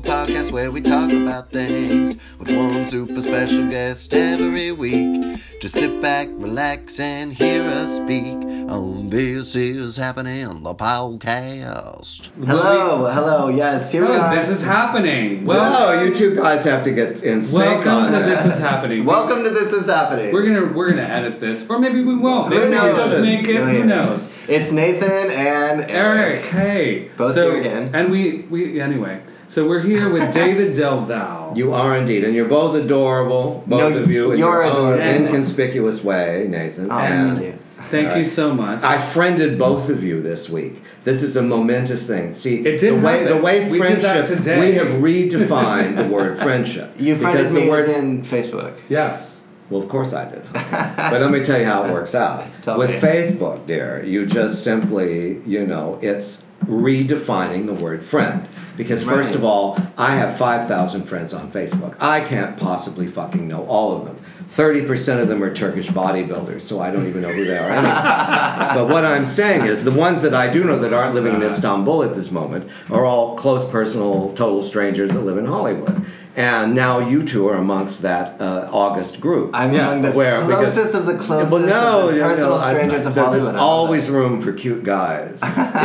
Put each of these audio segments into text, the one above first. podcast where we talk about things with one super special guest every week. Just sit back, relax, and hear us speak on This Is Happening, the podcast. Hello, hello, yes, here we Oh, are. this is happening. Well, Well, you two guys have to get in sync Welcome on to it. This Is Happening. Welcome to This Is Happening. we're gonna we're gonna edit this, or maybe we won't. Maybe Who we knows? just make it. Who knows? It's Nathan and Eric, hey. Both so, here again. And we we anyway. So we're here with David Delval. You are indeed, and you're both adorable, both No, of you, in you're your own adorable. inconspicuous way, Nathan. Oh, and thank you. Thank you so much. I friended both of you this week. This is a momentous thing. See, It did the way happen. the way We did that friendship today. we have redefined the word friendship. You friended because me the as word in Facebook. yes. well, of course I did. but let me tell you how it works out. Tell With me. Facebook, dear, you just simply, you know, it's redefining the word friend. Because first Right. of all, I have 5,000 friends on Facebook. I can't possibly fucking know all of them. 30% of them are Turkish bodybuilders, so I don't even know who they are anyway but what I'm saying is the ones that I do know that aren't living in Uh-huh. Istanbul at this moment are all close personal, total strangers that live in Hollywood. And now you two are amongst that uh, August group. I'm Yes. among the Where? Because- closest of the closest well, no, of the you personal know, I- strangers of there's Hollywood. I love always room for cute guys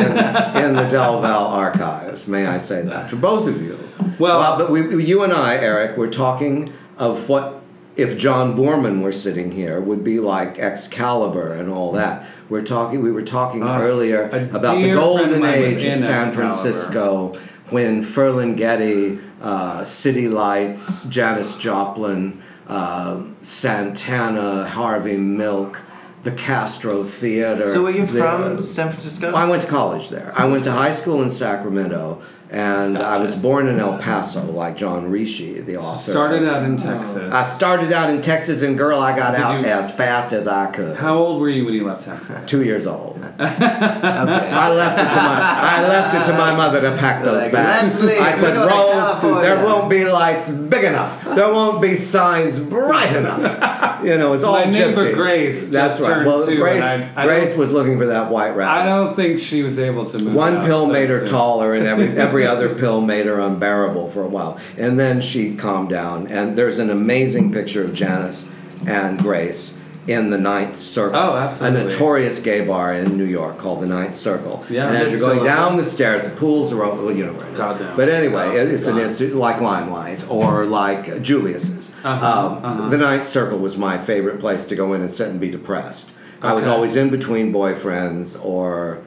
in, in the Del Valle archives. May I say that for both of you? Well- but we, you and I, Eric, we're talking of what if John Borman were sitting here would be like Excalibur and all that. We're talking. We were talking Ah, earlier a about the dear friend of golden mine was age in of San Excalibur. Francisco when Ferlinghetti, uh, City Lights, Janis Joplin, uh, Santana, Harvey Milk, the Castro Theater. So were you the- from San Francisco? I went to college there. I went to high school in Sacramento, and I was born in El Paso, like John Rishi, the author. Started out in Texas. Oh. I started out in Texas, and girl, I got Did out you- as fast as I could. How old were you when you left Texas? Two years old. okay. I left it to my I left it to my mother to pack those Like, bags. "Leslie, I we're said, going to Rose, California." there won't be lights big enough. There won't be signs bright enough. You know, it's all My gypsy. neighbor Grace That's just right. turned Well, two, and Grace, I- I Grace don't- was looking for that white rabbit. I don't think she was able to move. One out pill so made her soon. taller, and every every other pill made her unbearable for a while. And then she calmed down. And there's an amazing picture of Janice and Grace in the Ninth Circle, Oh, absolutely. a notorious gay bar in New York called the Ninth Circle. Yeah. and Is as it you're going still open? down the stairs, the pools are open. Well, you know where it is. Goddamn. But anyway, Oh, it- it's an God. institute like Limelight or like Julius's. Uh-huh, um, The Ninth Circle was my favorite place to go in and sit and be depressed. I was Okay. always in between boyfriends or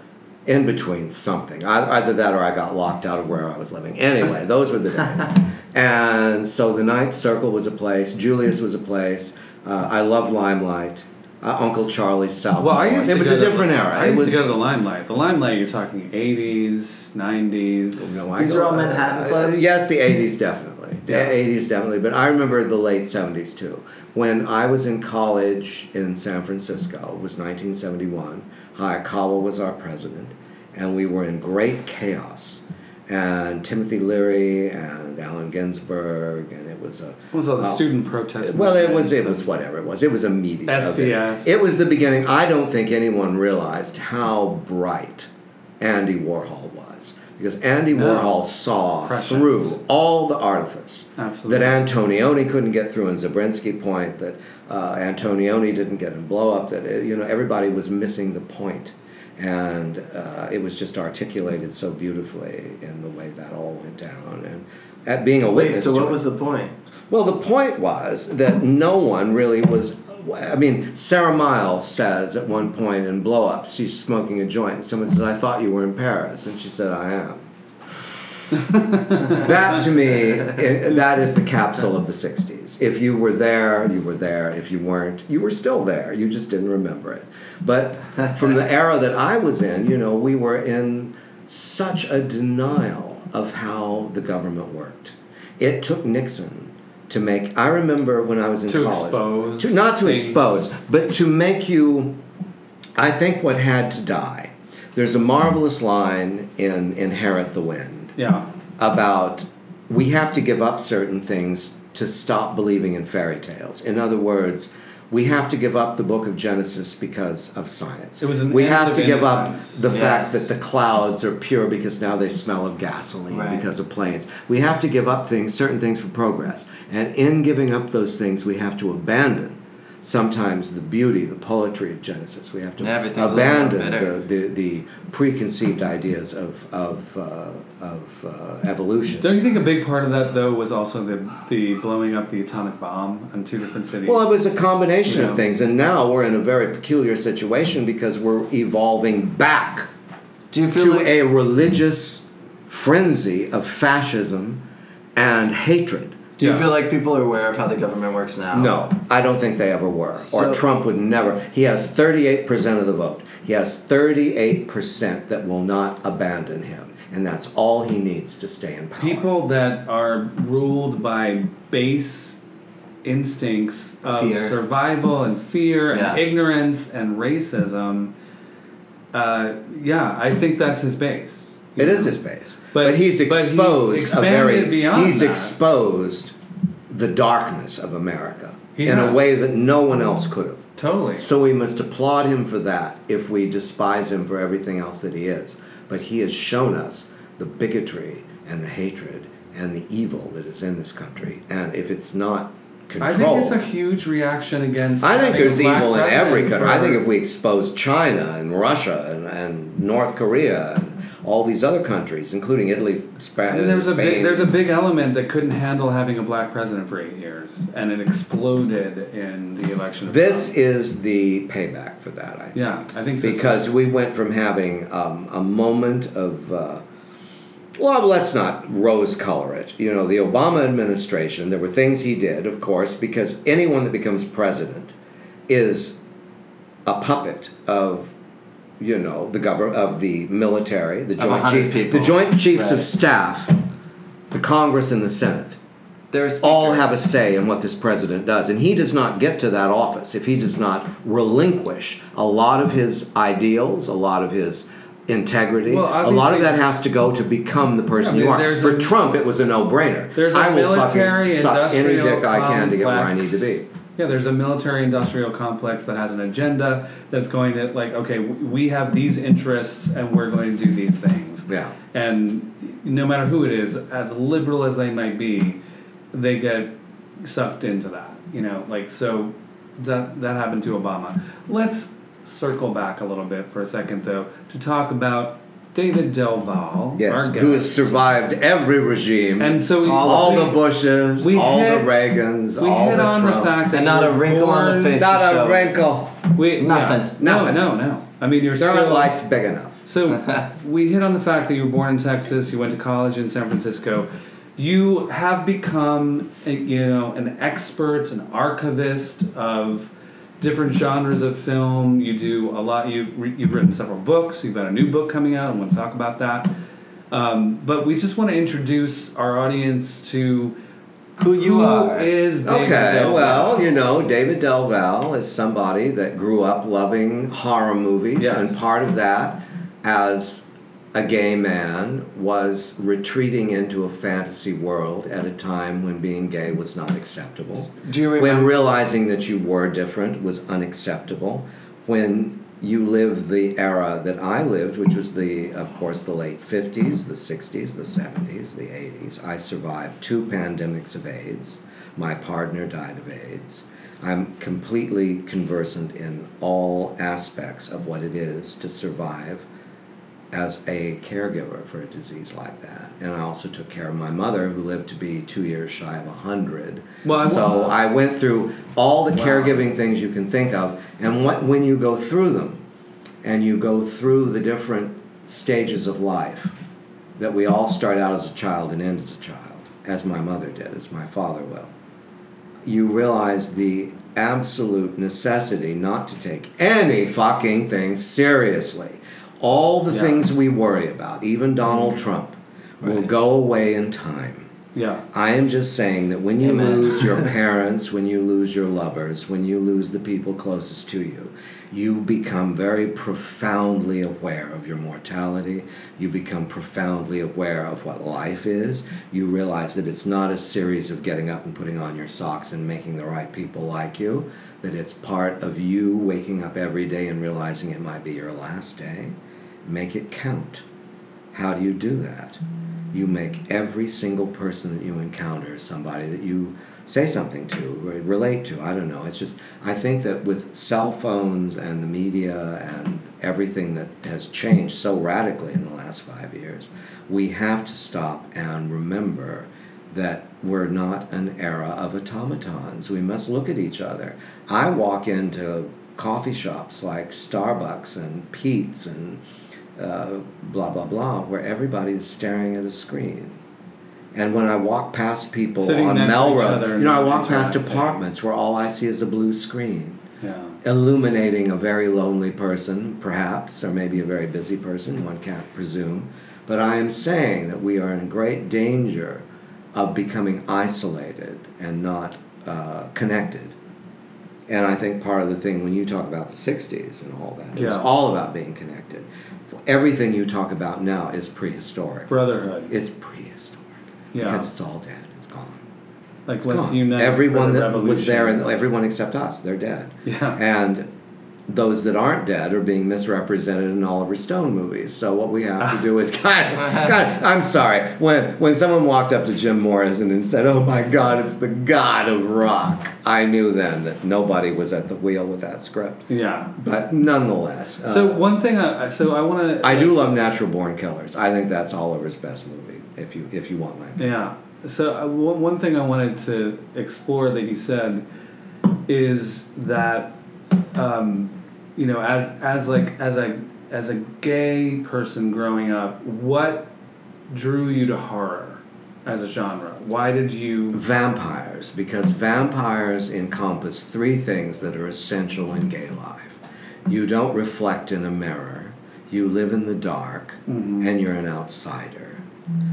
in between something. I, either that or I got locked out of where I was living. Anyway, those were the days. and so the Ninth Circle was a place. Julius was a place. Uh, I loved Limelight. Uh, Uncle Charlie's South. Well, I used it to was go a to- different era. I it used was to go to the limelight. The limelight, you're talking 80s, 90s. No, These go- are all Manhattan uh, clubs? yes, the eighties definitely. Yeah. The eighties definitely. But I remember the late seventies too. When I was in college in San Francisco, it was nineteen seventy one. Hayakawa was our president, and we were in great chaos. And Timothy Leary and Allen Ginsberg, and it was a What was all the uh, student protest? well, it movement? was it was whatever it was. It was a media. of it. SDS. It was the beginning. I don't think anyone realized how bright Andy Warhol was because Andy No. Warhol saw Prescient. through all the artifice Absolutely. that Antonioni couldn't get through in Zabrinsky Point, that uh, Antonioni didn't get in Blow Up, that uh, you know everybody was missing the point. And uh, it was just articulated so beautifully in the way that all went down, and at being a Wait, witness. so to what it. was the point? Well, the point was that no one really was. I mean, Sarah Miles says at one point in Blow Up, she's smoking a joint, and someone says, I thought you were in Paris. And she said, I am. that to me, i that is the capsule of the 60s. If you were there, you were there. If you weren't, you were still there. You just didn't remember it. But from the era that I was in, you know, we were in such a denial of how the government worked. It took Nixon to make. I remember when I was in To college, expose to, not to things. expose, but to make you I think what had to die. There's a marvelous line in Inherit the Wind Yeah. about we have to give up certain things to stop believing in fairy tales. In other words, we have to give up the book of Genesis because of science. It was an we end have of to give up innocence. the fact Yes. that the clouds are pure because now they smell of gasoline Right. because of planes. We have to give up things, certain things for progress. And in giving up those things, we have to abandon sometimes the beauty, the poetry of Genesis. We have to And everything's a lot abandon better. uh, the, the, the preconceived ideas of, of, uh, of uh, evolution. Don't you think a big part of that though was also the the blowing up the atomic bomb on two different cities? Well, it was a combination Yeah. of things, and now we're in a very peculiar situation because we're evolving back Do you feel to like a religious frenzy of fascism and hatred. do you Yeah. feel like people are aware of how the government works now? No, I don't think they ever were. So- or Trump would never. He has 38% of the vote. He has 38% that will not abandon him, and that's all he needs to stay in power. people that are ruled by base instincts of Fear. survival and fear Yeah. and ignorance and racism. Uh, yeah, I think that's his base. It is his base. But- But, he's but he exposed a expanded very beyond he's that. exposed the darkness of America He in has. a way that no one else could have. Totally. So we must applaud him for that if we despise him for everything else that he is. But he has shown us the bigotry and the hatred and the evil that is in this country. And if it's not I controlled think it's a huge reaction against. I think having a there's black evil in every president country. I for- think if we expose China and Russia and, and North Korea and all these other countries, including Italy, Spa- And there's a Spain, big, there's a big element that couldn't handle having a black president for eight years, and it exploded in the election. Of this Trump. is the payback for that. I think. yeah, I think so. too. because we went from having um, a moment of uh, well let's not rose color it you know the obama administration there were things he did of course because anyone that becomes president is a puppet of you know the government of the military the Of a joint hundred chief people. the joint chiefs of Right. staff the congress and the senate There's all have a say in what this president does. And he does not get to that office if he does not relinquish a lot of his ideals, a lot of his integrity. Well, a lot of obviously- that has to go to become the person Yeah, you are. there's For a- Trump, it was a no brainer. There's a I will military fucking suck any industrial dick I can to get where I need complex- to be. Yeah, there's a military industrial complex that has an agenda that's going to like, okay, w- we have these interests and we're going to do these things. Yeah. And no matter who it is, as liberal as they might be, they get sucked into that. You know, like so that that happened to Obama. Let's circle back a little bit for a second though to talk about David Del Valle, Yes, our who has guest. survived every regime, And so we- all, we- the Bushes, we all hit- the Reagans, we all hit the on the Trumps. fact that And not you a were wrinkle on the born- face. Not So- a wrinkle. We, Nothing. No, Nothing. no, no, no. I mean, you're There still aren't lights big enough. So we hit on the fact that you were born in Texas. You went to college in San Francisco. You have become, a, you know, an expert, an archivist of different genres of film. You do a lot. You've re- you've written several books. You've got a new book coming out. I want to talk about that. Um, but we just want to introduce our audience to who you who are. is David Okay, Del well, Valle. you know, David Del Valle is somebody that grew up loving horror movies, Yes. and part of that, as a gay man, was retreating into a fantasy world at a time when being gay was not acceptable. Do you When remember- realizing that you were different was unacceptable. When you lived the era that I lived, which was the, of course, the late 50s, the 60s, the 70s, the 80s. I survived two pandemics of AIDS. My partner died of AIDS. I'm completely conversant in all aspects of what it is to survive as a caregiver for a disease like that. And I also took care of my mother, who lived to be two years shy of 100. Well, I so wa- I went through all the caregiving things you can think of. And what, when you go through them, and you go through the different stages of life that we all start out as a child and end as a child, as my mother did, as my father will, you realize the absolute necessity not to take any fucking thing seriously. All the Yeah. things we worry about, even Donald Trump, will Right. go away in time. Yeah. I am just saying that when you Amen. lose your parents, when you lose your lovers, when you lose the people closest to you, you become very profoundly aware of your mortality. You become profoundly aware of what life is. You realize that it's not a series of getting up and putting on your socks and making the right people like you, that it's part of you waking up every day and realizing it might be your last day. Make it count. How do you do that? You make every single person that you encounter somebody that you say something to, or relate to. I don't know. It's just, I think that with cell phones and the media and everything that has changed so radically in the last five years, we have to stop and remember that we're not an era of automatons. We must look at each other. I walk into coffee shops like Starbucks and Pete's and uh, blah blah blah, where everybody is staring at a screen. And when I walk past people Sitting on next to each Melrose, other you know, I and walk past interacting. apartments where all I see is a blue screen, Yeah. illuminating a very lonely person, perhaps, or maybe a very busy person. One can't presume. But I am saying that we are in great danger of becoming isolated and not uh, connected. And I think part of the thing when you talk about the 60s and all that, it's Yeah. all about being connected. Everything you talk about now is prehistoric. Brotherhood. It's prehistoric. Yeah. Because it's all dead. It's gone. like It's let's gone. unite. everyone for that the was there revolution. and everyone except us, they're dead. Yeah. And those that aren't dead are being misrepresented in Oliver Stone movies. So what we have to do is God, God, I'm sorry. When when someone walked up to Jim Morrison and said, "Oh my God, it's the God of rock," I knew then that nobody was at the wheel with that script. yeah. But nonetheless, uh, So one thing, I, I- so I want to. I do love Natural Born Killers. I think that's Oliver's best movie. If you if you want my opinion. Yeah. So uh, one one thing I wanted to explore that you said is that um, you know as as like as a as a gay person growing up, what drew you to horror as a genre? Why did you? vampires because vampires encompass three things that are essential in gay life you don't reflect in a mirror you live in the dark and you're an outsider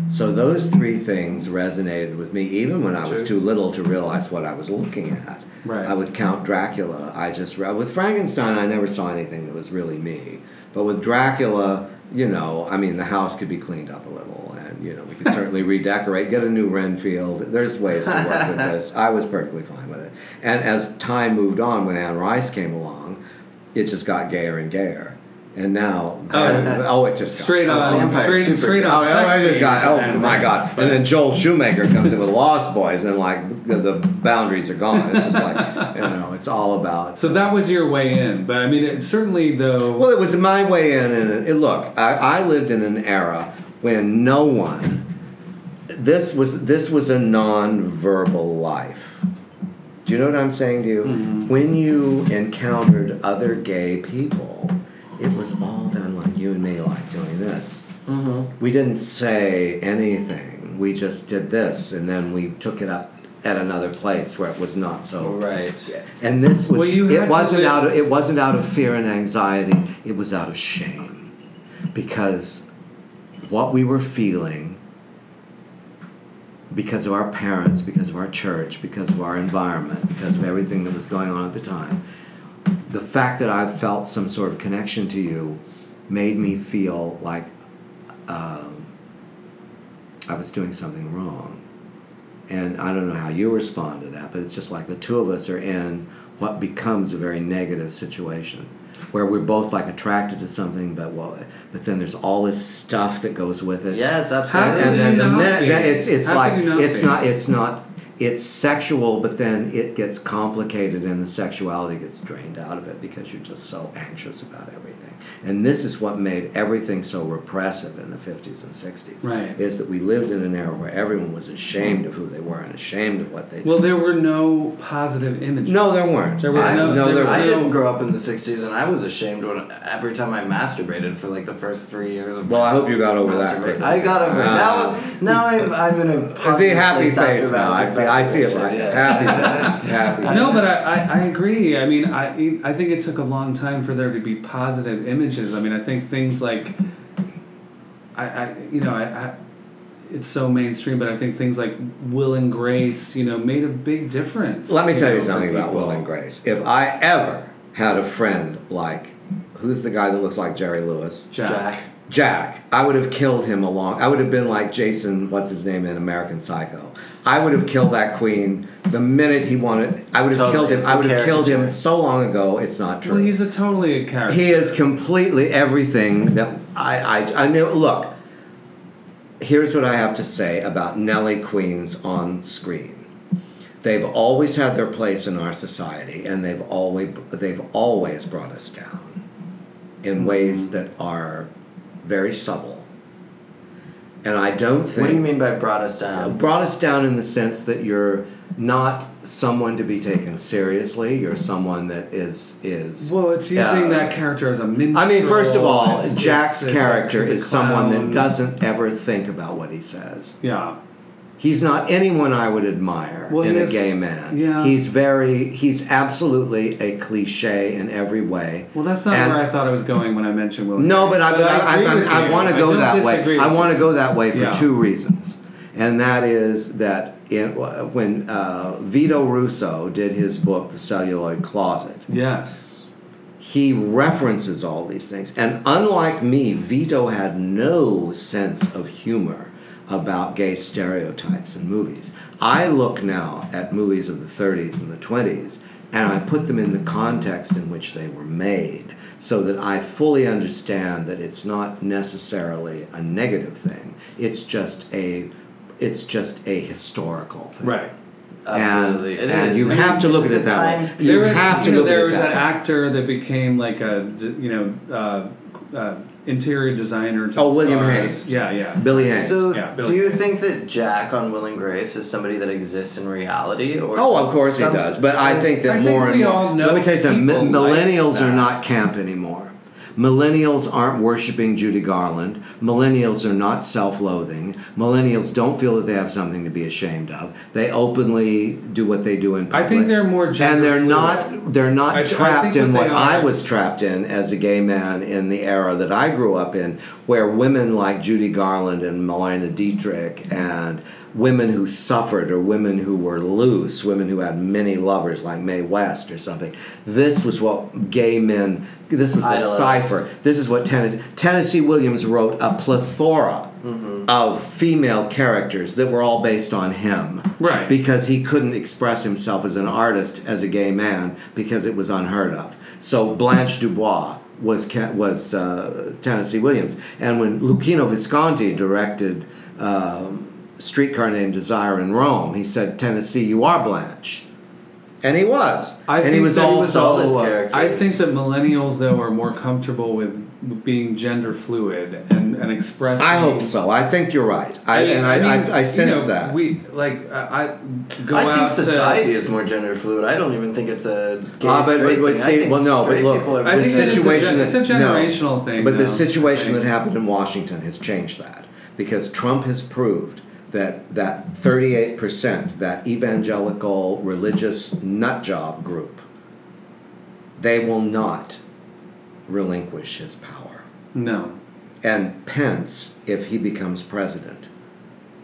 so those three things resonated with me even when i was True. too little to realize what i was looking at Right. i would count dracula i just read with frankenstein i never saw anything that was really me but with dracula you know i mean the house could be cleaned up a little and you know we could certainly redecorate get a new renfield there's ways to work with this i was perfectly fine with it and as time moved on when anne rice came along it just got gayer and gayer and now Oh. oh it just got Straight so on, Vampire straight, Supergirl. straight Oh, on. yeah, sex I just scene got, oh and- my god! And then Joel Shoemaker comes in with Lost Boys, and like the, the boundaries are gone. It's just like you know, it's all about. So that was your way in, but I mean, it certainly though. Well, it was my way in, and it, it- look, I, I lived in an era when no one. This was this was a non-verbal life. Do you know what I'm saying to you? When you encountered other gay people, it was all done like you and me, like doing this. We didn't say anything. We just did this, and then we took it up at another place where it was not so Right. and this was Well, you had it to wasn't live- out of it wasn't out of fear and anxiety. It was out of shame because what we were feeling because of our parents, because of our church, because of our environment, because of everything that was going on at the time. The fact that I felt some sort of connection to you made me feel like um, I was doing something wrong and I don't know how you respond to that, but it's just like the two of us are in what becomes a very negative situation, where we're both like attracted to something, but well, but then there's all this stuff that goes with it. Yes, How absolutely. could and then you the not minute be? then it's it's How could like you not it's be? not it's not it's sexual, but then it gets complicated and the sexuality gets drained out of it because you're just so anxious about everything. And this is what made everything so repressive in the 50s and 60s Right. is that we lived in an era where everyone was ashamed of who they were and ashamed of what they did. Well, there were no positive images. no, there weren't. There was I- no- there there was I weren't. no- didn't grow up in the '60s, and I was ashamed when every time I masturbated for like the first three years of. Well, I hope you got over that masturbation. quickly. I got over it. Ah. Now, now I'm, I'm in a. I see positive happy place after face now. I see. I see it. Right. masturbation, Happy. happy. No, but I, I, I agree. I mean, I I think it took a long time for there to be positive images. I mean, I think things like, I, I you know, I, I it's so mainstream, but I think things like Will and Grace, you know, made a big difference. Let me tell know, you for something about people. Will and Grace. If I ever had a friend like, who's the guy that looks like Jerry Lewis? Jack. Jack. Jack. I would have killed him along. I would have been like Jason, what's his name in American Psycho. I would have killed that queen the minute he wanted. I would have Totally. killed him. It's I a would have killed him caricature. so long ago. It's not true. Well, he's a totally a character. He is completely everything that I, I, I knew. Look, here's what I have to say about Nellie Queens on screen. They've always had their place in our society, and they've always they've always brought us down in ways Mm-hmm. that are very subtle. And I don't think What do you mean by brought us uh, down? brought us down in the sense that you're not someone to be taken seriously. You're someone that is is Well, it's using uh, that character as a minstrel. I mean, first of all, It's- it's- Jack's it's a- character it's a is someone clown. that doesn't ever think about what he says. Yeah. He's not anyone I would admire Well, in he a is- gay man. yeah. He's very, he's absolutely a cliche in every way. Well, that's not And- where I thought I was going when I mentioned Will. and No, Grace, but I, but I, I, agree with I, I you. want to go don't that disagree way. I with want you. to go that way for Yeah. two reasons, and that is that in, when uh, Vito Russo did his book, The Celluloid Closet, Yes. he references all these things. And unlike me, Vito had no sense of humor about gay stereotypes in movies. I look now at movies of the 30s and the 20s and I put them in the context in which they were made so that I fully understand that it's not necessarily a negative thing. It's just a it's just a historical thing. Right. Absolutely. And, It and is. you I mean, have to look at it's it a that time way. You there have was, to you know, look at there it was that way. actor that became like a d- you know uh, uh, interior designer. to Oh, the William stars. Hayes. Yeah, yeah. Billy Haynes. So, Yeah, Billy do you Hayes. think that Jack on Will and Grace is somebody that exists in reality? Or Oh, some- of course he some- does. But I think that I think more we and more. all know let me tell you something. mi- people like millennials that. are not camp anymore. Millennials aren't worshiping Judy Garland. Millennials are not self-loathing. Millennials don't feel that they have something to be ashamed of. They openly do what they do in I public. think they're more and gender they're fluid. not they're not I- I think trapped what in what they I are- was trapped in as a gay man in the era that I grew up in, where women like Judy Garland and Melina Dietrich and women who suffered or women who were loose, women who had many lovers like Mae West or something. This was what gay men. This was a Idolized. cipher. This is what Tennessee Tennessee Williams wrote a plethora Mm-hmm. of female characters that were all based on him Right. because he couldn't express himself as an artist as a gay man because it was unheard of. So Blanche Dubois was Ca- was uh, Tennessee Williams, and when Lucchino Visconti directed um, *Streetcar Named Desire* in Rome, he said, "Tennessee, you are Blanche," and he was, I and he think was that he was also all this uh, character. I think that millennials though are more comfortable with being gender fluid and and expressing. I hope so. I think you're right. I, mean- and I, I, mean, I, sense you know, that. we like I, I go I out think society to. is more gender fluid. I don't even think it's a gay Ah, but- straight but- but thing. I see, think well, no, but straight look, people are I the think it is a situation gen- that, it's a generational no, thing, But the though, situation I think. that happened in Washington has changed that because Trump has proved that that 38%, that evangelical religious nut job group, they will not relinquish his power. No. And Pence, if he becomes president,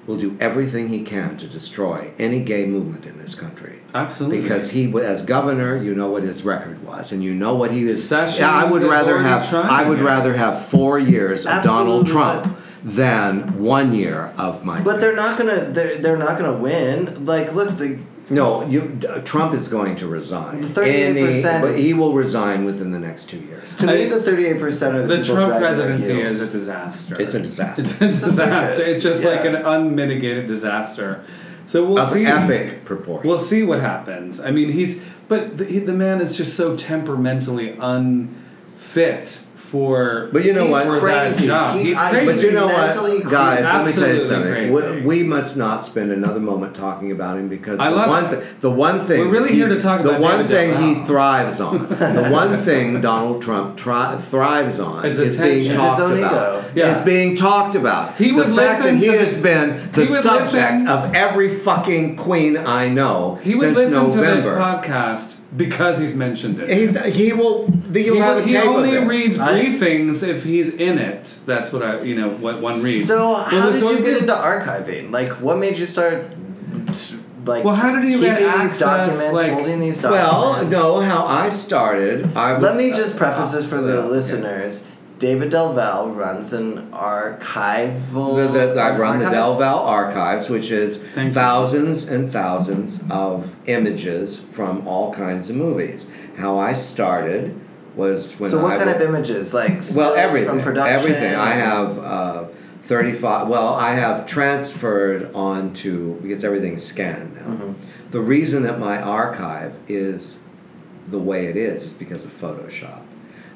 will do everything he can to destroy any gay movement in this country. Absolutely. Because he, wa- as governor, you know what his record was, and you know what he was. Sessions Yeah, I would and rather Gordon have. Trump. I would rather have four years of Donald Absolutely. Trump than one year of Mike. But they're not Pence. gonna. They're, they're not gonna win. Like, look, the No, you, d- Trump is going to resign. The 38% Any- but is- he will resign within the next two years. to I- me the thirty eight percent of the, the people Trump dragging their presidency heels. is a disaster. It's a disaster. It's a disaster. circus. It's just like Yeah. an unmitigated disaster. So we'll of see. epic proportions. We'll see what happens. I mean, he's but the, he, the man is just so temperamentally unfit for. But you know for what? that Crazy. job. He- He's I- crazy. But you know Mentally what, crazy. guys? Let me tell you Absolutely something. crazy. We, we must not spend another moment talking about him because I the love one it. thi- the one thing We're really he- here to talk the about one David thing Dunn. he thrives on. the one thing Donald Trump tri- thrives on Is is attention. Is being his talked own about. ego. Yeah. Is being talked about. He the would fact that listen he to the- has been the he would subject listen- of every fucking queen I know he would since listen November. to this podcast because he's mentioned it. He's, he will. You'll He, have a he tape only of this. reads I- briefings if he's in it. That's what I, you know, what one reads. So how Well, did so you we- get into archiving? Like, what made you start? Like, Well, how did you get keeping access, these documents, like- holding these documents? Well, no, how I started. I was, Let me just preface this for the uh, Yeah. listeners. David Del Valle runs an archival. The, the, I run the archive- Del Valle Archives, which is Thank you. thousands and thousands of images from all kinds of movies. How I started was when So I what kind wa- of images? Like well stills everything from production. everything i have uh, 35 well i have transferred onto because everything's scanned now Mm-hmm. the reason that my archive is the way it is is because of photoshop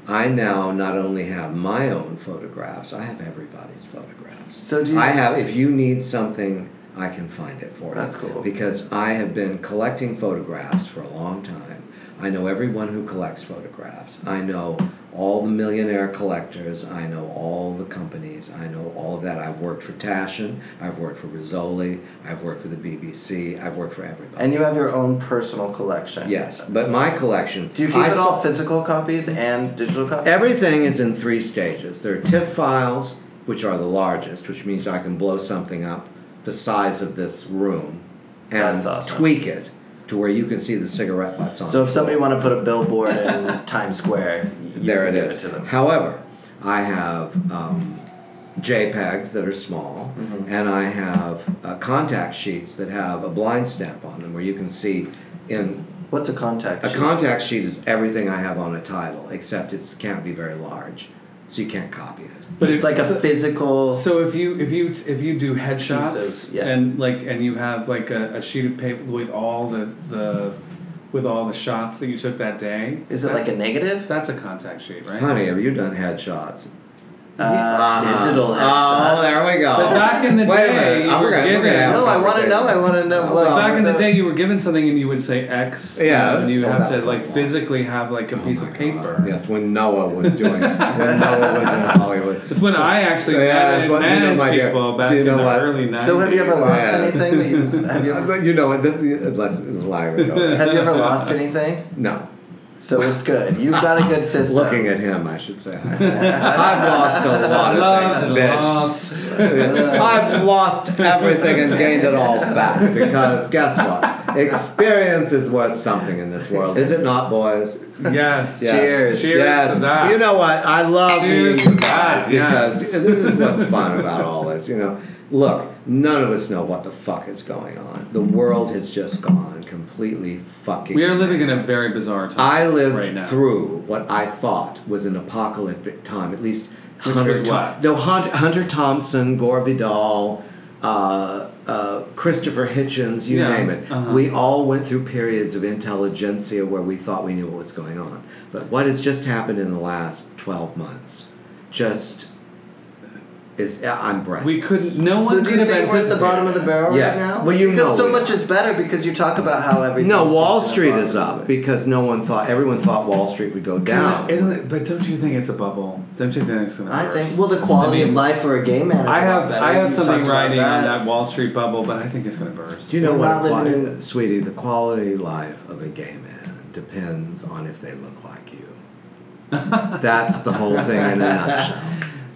i now not only have my own photographs i have everybody's photographs So do you? I have. If you need something, I can find it for you. That's cool. Because I have been collecting photographs for a long time. I know everyone who collects photographs. I know all the millionaire collectors. I know all the companies. I know all of that. I've worked for Taschen. I've worked for Rizzoli. I've worked for the BBC. I've worked for everybody. and you have your own personal collection. yes, but my collection. Do you keep I it s- all physical copies and digital copies? Everything is in three stages. There are TIFF files, which are the largest, which means I can blow something up the size of this room and That's awesome. tweak it to where you can see the cigarette butts on. So the if somebody floor. wanted to put a billboard in Times Square, you there can it give is. it to them. However, I have um, JPEGs that are small, Mm-hmm. and I have uh, contact sheets that have a blind stamp on them, where you can see in What's a contact? A sheet? contact sheet is everything I have on a title, except it can't be very large, so you can't copy it. but It's like a so, physical. So if you if you if you do headshots Sheets of- yeah. and like and you have like a, a sheet of paper with all the the with all the shots that you took that day, is it like a negative? that's a contact sheet, right? Honey, have you done headshots? Uh, Digital Oh, headshot. there we go. But back in the Wait a day, minute. you I'm were gonna- we're given- gonna have a No, I want to know. I want to know. Well, Back in the so- day, you were given something and you would say X. Yeah, and you that's- have to that's like a lot. physically have like a piece of paper. conversation. Yes, when Noah was doing, when Noah was in Hollywood. It's when I actually Yeah, man- that's what- you know managed my dear. people back You know in the what? early 90s. So have you ever lost Yeah. anything? That you, have you Uh, ever, but you know, it, it, let's lie with have you ever lost anything? No. So it's good. You've got a good system. Looking at him, I should say. I've lost a lot of Lost and things, bitch. lost. I've lost everything and gained it all back because guess what? Experience is worth something in this world, is it not, boys? Yes. Yeah. Cheers. Cheers Yes. to that. You know what? I love Cheers meeting you to that, yes. guys because this is what's fun about all this. You know, look, none of us know what the fuck is going on. The world has just gone completely fucking. We are living in a very bizarre time. I lived right now. through what I thought was an apocalyptic time. At least Which Hunter, was Thom- what? no Hunter, Hunter Thompson, Gore Vidal, uh, uh, Christopher Hitchens, you Yeah, name it. uh-huh. We all went through periods of intelligentsia where we thought we knew what was going on. But what has just happened in the last twelve months, just is uh, I'm breathless. We couldn't. No So one do could you have think we're at the anticipated. bottom of the barrel Yes. right now? Well, you because know so we much is better because you talk about how everything. no, Wall Street is up because no one thought everyone thought Wall Street would go down. Isn't it? But don't you think it's a bubble? Don't you think it's gonna? I burst? think. Well, the quality of life for a gay man. I Is a lot have better. I have You've something talked about riding on that. that Wall Street bubble, but I think it's gonna burst. Do you know We're what, not living quali- in- sweetie? The quality of life of a gay man depends on if they look like you. That's the whole thing in a nutshell.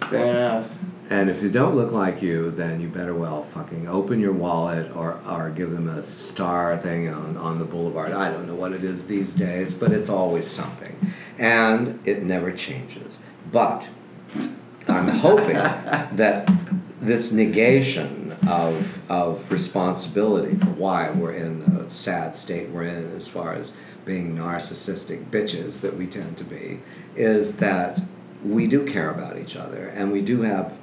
Fair enough. And if you don't look like you, then you better well fucking open your wallet or, or give them a star thing on, on the boulevard. I don't know what it is these days, but it's always something. And it never changes. But I'm hoping that this negation of, of responsibility for why we're in the sad state we're in as far as being narcissistic bitches that we tend to be is that we do care about each other and we do have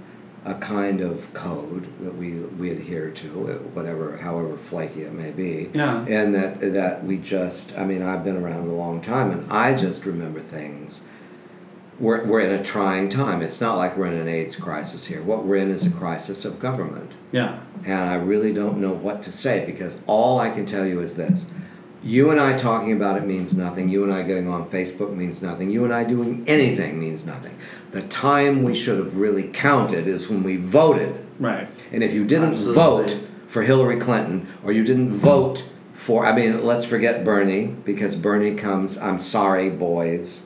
a kind of code that we, we adhere to whatever however flaky it may be Yeah. and that that we just i mean i've been around a long time and i just remember things we're, we're in a trying time. It's not like we're in an AIDS crisis here. What we're in is a crisis of government. Yeah. And I really don't know what to say because all I can tell you is this. You and I talking about it means nothing. You and I getting on Facebook means nothing. You and I doing anything means nothing. The time we should have really counted is when we voted. Right. And if you didn't Absolutely. vote for Hillary Clinton or you didn't vote for I mean, let's forget Bernie because Bernie comes. I'm sorry, boys.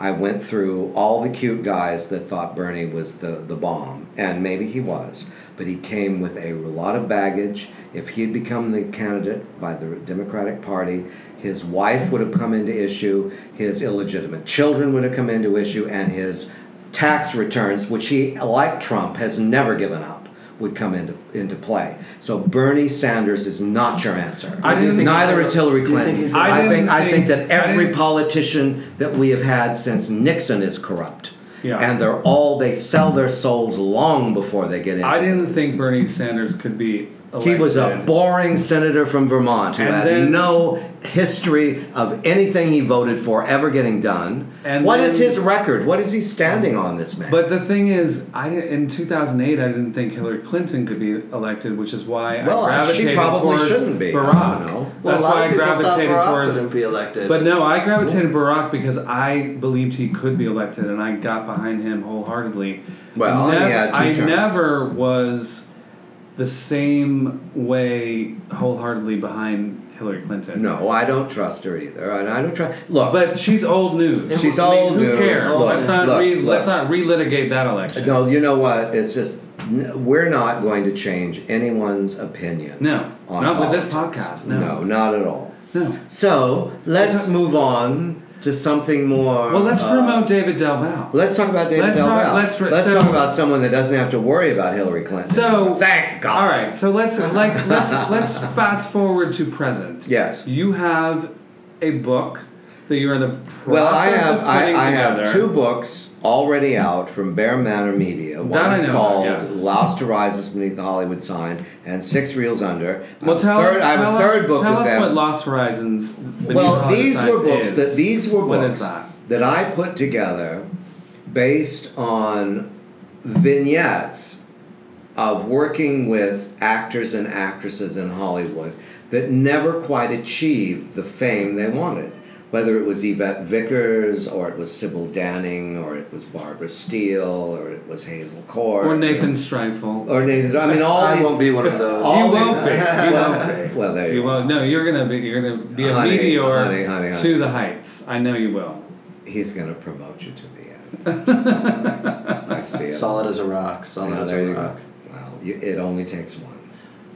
I went through all the cute guys that thought Bernie was the, the bomb, and maybe he was, but he came with a lot of baggage. If he had become the candidate by the Democratic Party, his wife would have come into issue, his illegitimate children would have come into issue, and his tax returns, which he, like Trump, has never given up, would come into, into play. So Bernie Sanders is not your answer. I didn't think- Neither is Hillary Do you think Clinton. he's gonna- I I think didn't I think think- that I every didn't- politician that we have had since Nixon is corrupt. Yeah. And they're all they sell their souls long before they get into I didn't it. think Bernie Sanders could be. He was a elected. boring senator from Vermont who And had then- no history of anything he voted for ever getting done. And What is then- his record? What is he standing on this man? But the thing is, I didn't- in 2008 I didn't think Hillary Clinton could be elected, which is why Well, I she gravitated probably towards shouldn't be. I Barack. don't know. Well, That's a lot why of I people thought gravitated Barack towards. couldn't be elected. But no, I gravitated Barack because I believed he could be elected, and I got behind him wholeheartedly. Well, Nev- he had two I terms. never was the same way wholeheartedly behind Hillary Clinton. no, I don't trust her either. And I don't trust look But she's old news. She's I mean, old who news. Cares? Look, let's not look, re- look. let's not relitigate that election. No, you know what? It's just n- we're not going to change anyone's opinion. No, on not with this politics. podcast, no. not at all. No. So let's move on to something more. Well, let's uh, promote David Delval. Let's talk about David Let's Del talk- Valle. let's re- so- talk about someone that doesn't have to worry about Hillary Clinton. So thank God. All right, so let's like let's let's fast forward to present. Yes. you have a book that you're in the process Well, I have of I, putting I together. have two books already out from Bear Manor Media. One That I is know about, called yes. "Lost Rises Beneath the Hollywood Sign" and Six Reels Under. I Well, have a tell third, us. I have tell a third us, book Tell with us them. what Lost Horizons. Beneath well All the these Signs were books is. that these were What is books that? that i put together based on vignettes of working with actors and actresses in hollywood that never quite achieved the fame they wanted whether it was Yvette Vickers, or it was Sybil Danning, or it was Barbara Steele, or it was Hazel Core, or Nathan Streifel. or Nathan. I mean, all I these. won't be one of those. all You these- won't be. You well, well, there You you will no. You're gonna be. You're gonna be a Honey, meteor honey, honey, honey. to the heights. I know you will. He's going to promote you to the end. I see it. solid as a rock. Solid Yeah, as there a you rock. go. Wow, you, it only takes one.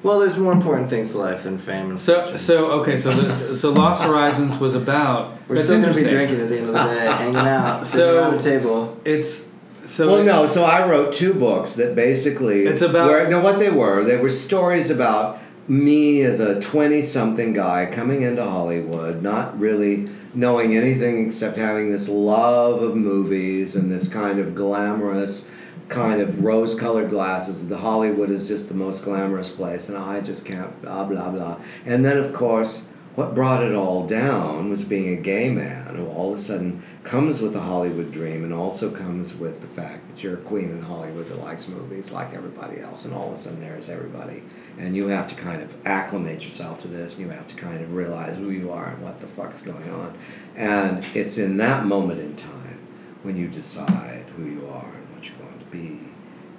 Well, there's more important things to life than fame and So fortune. so okay. So the, so Lost Horizons was about. We're that's still gonna be interesting. drinking at the end of the day, hanging out, sitting So- around a table. It's so. well, no. So I wrote two books that basically It's about- were, no what they were. They were stories about me as a twenty-something guy coming into Hollywood, not really knowing anything except having this love of movies and this kind of glamorous kind of rose-colored glasses. The Hollywood is just the most glamorous place, and I just can't blah blah blah. And then of course. What brought it all down was being a gay man who all of a sudden comes with the Hollywood dream and also comes with the fact that you're a queen in Hollywood that likes movies like everybody else, and all of a sudden there is everybody. And you have to kind of acclimate yourself to this, and you have to kind of realize who you are and what the fuck's going on. And it's in that moment in time when you decide who you are and what you're going to be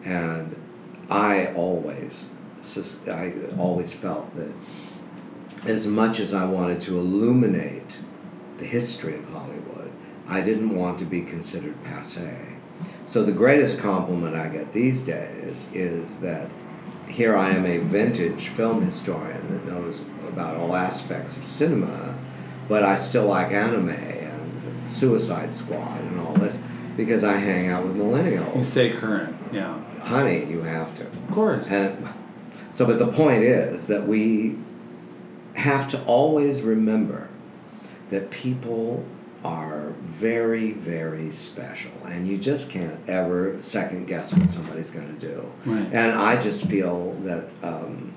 and I always sus- I always felt that as much as I wanted to illuminate the history of Hollywood, I didn't want to be considered passe. So the greatest compliment I get these days is that here I am a vintage film historian that knows about all aspects of cinema, but I still like anime and Suicide Squad and all this because I hang out with millennials You stay current. Yeah. honey, you have to. Of course. And so, but the point is that we have to always remember that people are very, very special, and you just can't ever second guess what somebody's going to do. Right. And I just feel that. Um,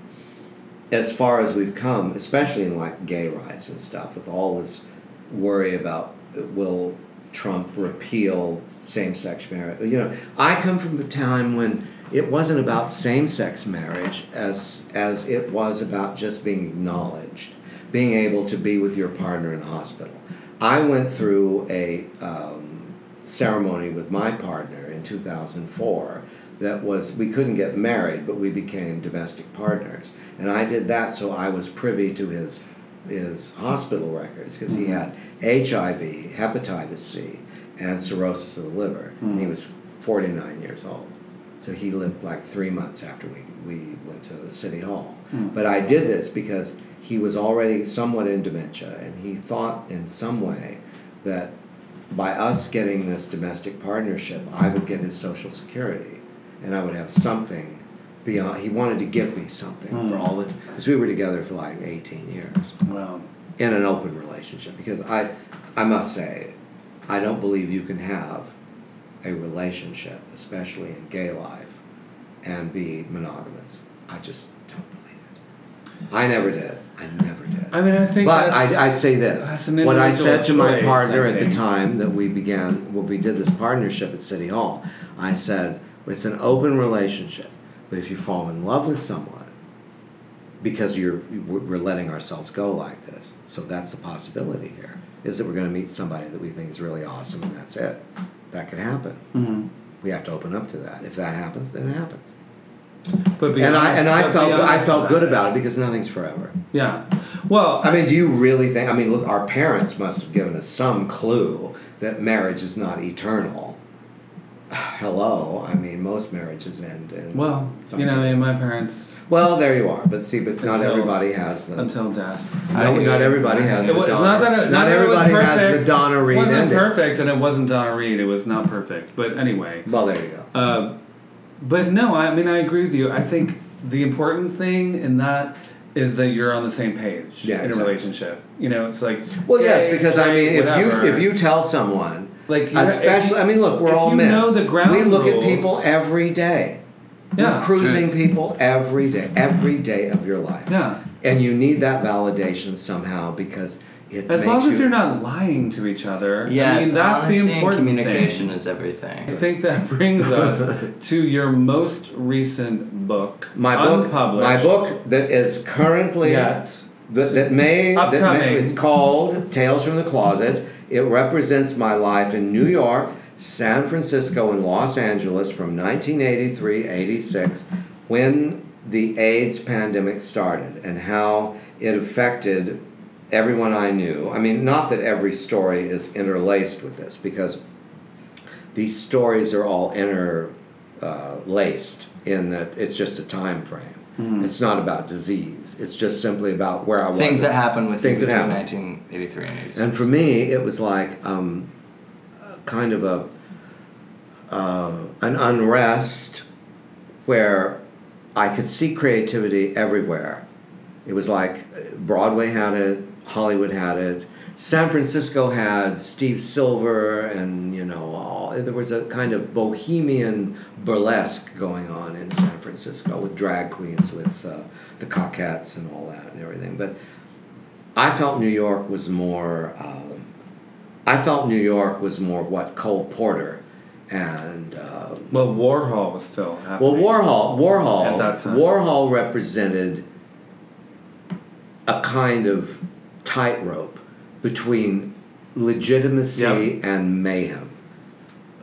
as far as we've come, especially in like gay rights and stuff, with all this worry about uh, will Trump repeal same-sex marriage? You know, I come from a time when it wasn't about same-sex marriage as as it was about just being acknowledged, being able to be with your partner in a hospital. I went through a um, ceremony with my partner in 2004 that was we couldn't get married but we became domestic partners and i did that so i was privy to his is hospital records because he had HIV, hepatitis C, and cirrhosis of the liver. And he was 49 years old. So he lived like three months after we, we went to City Hall. But I did this because he was already somewhat in dementia and he thought in some way that by us getting this domestic partnership, I would get his social security and I would have something beyond. He wanted to give me something for all the. Because we were together for like 18 years Well, in an open relationship because I I must say I don't believe you can have a relationship especially in gay life and be monogamous I just don't believe it I never did I never did I mean, I think. but that's, I, I say this that's an what I individual said to my choice, partner I at the think. time that we began well we did this partnership at City Hall I said it's an open relationship but if you fall in love with someone because you're we're we're letting ourselves go like this. So that's the possibility here is that we're going to meet somebody that we think is really awesome, and that's it. That could happen. Mhm. We have to open up to that. If that happens, then it happens. But be and I honest- and but I be felt I honest felt about good about it because nothing's forever. Yeah. Well, I mean, do you really think? I mean, look, our parents must have given us some clue that marriage is not eternal. Hello, I mean, most marriages end. In well, some you know, sort- I mean, my parents Well, there you are, but see, but not Until- everybody has the until death. No, not everybody has It the was, Donna. not that it, not, that it was everybody has the perfect. Donna Reed It wasn't ending. perfect, and it wasn't Donna Reed. It was not perfect. But anyway, Well, there you go. uh, but no, I mean, I agree with you. I think the important thing in that is that you're on the same page Yeah, in exactly. a relationship. You know, it's like well, yes, gay, because I straight, mean, if whatever. you if you tell someone, Like, you- especially, if- I mean, look, we're if all you men. know the ground we look at rules- people every day. yeah, cruising True. people every day, every day of your life. Yeah. And you need that validation somehow because it as makes long you, as you're not lying to each other, Yes, I mean, that's honesty the important and communication thing. is everything. I think that brings us to your most recent book, my book, unpublished, my book that is currently yet. that, that may that may- Upcoming. it's called Tales from the Closet. It represents my life in New York, San Francisco, and Los Angeles from 1983-86 when the AIDS pandemic started and how it affected everyone I knew. I mean, not that every story is interlaced with this because these stories are all interlaced uh, laced in that it's just a time frame. It's not about disease. It's just simply about where I was. Hmm. Things that happen with Things things that between happen. 1983 and 86. And for me, it was like um, uh, kind of a uh, an unrest where I could see creativity everywhere. It was like Broadway had it, Hollywood had it, San Francisco had Steve Silver, and you know, all, there was a kind of bohemian burlesque going on in San Francisco with drag queens, with uh, the Cockettes, and all that, and everything. But I felt New York was more. Um, I felt New York was more what Cole Porter and uh, Well, Warhol was still happening. well Warhol. Warhol. At that time. Warhol represented a kind of tightrope between legitimacy Yep. and mayhem.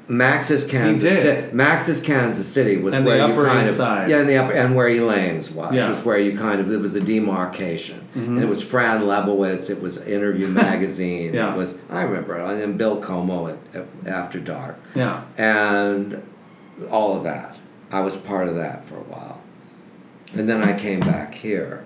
Max's Kansas did. City, Max's Kansas City was And the where you Upper kind East of Side. yeah, and the upper and where Elaine's was Yeah. Mm-hmm. was where you kind of it was the demarcation, and it was Fran Lebowitz, it was Interview Magazine, Yeah. it was I remember, and then Bill Como at, at After Dark, Yeah. and all of that. I was part of that for a while, and then I came back here,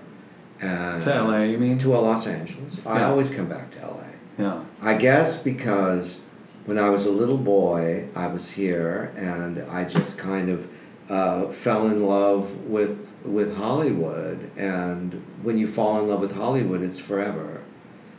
and To LA, you mean? to Los Angeles. I Yeah. always come back to LA. Yeah. I guess because when I was a little boy, I was here, and I just kind of uh, fell in love with with Hollywood. And when you fall in love with Hollywood, it's forever,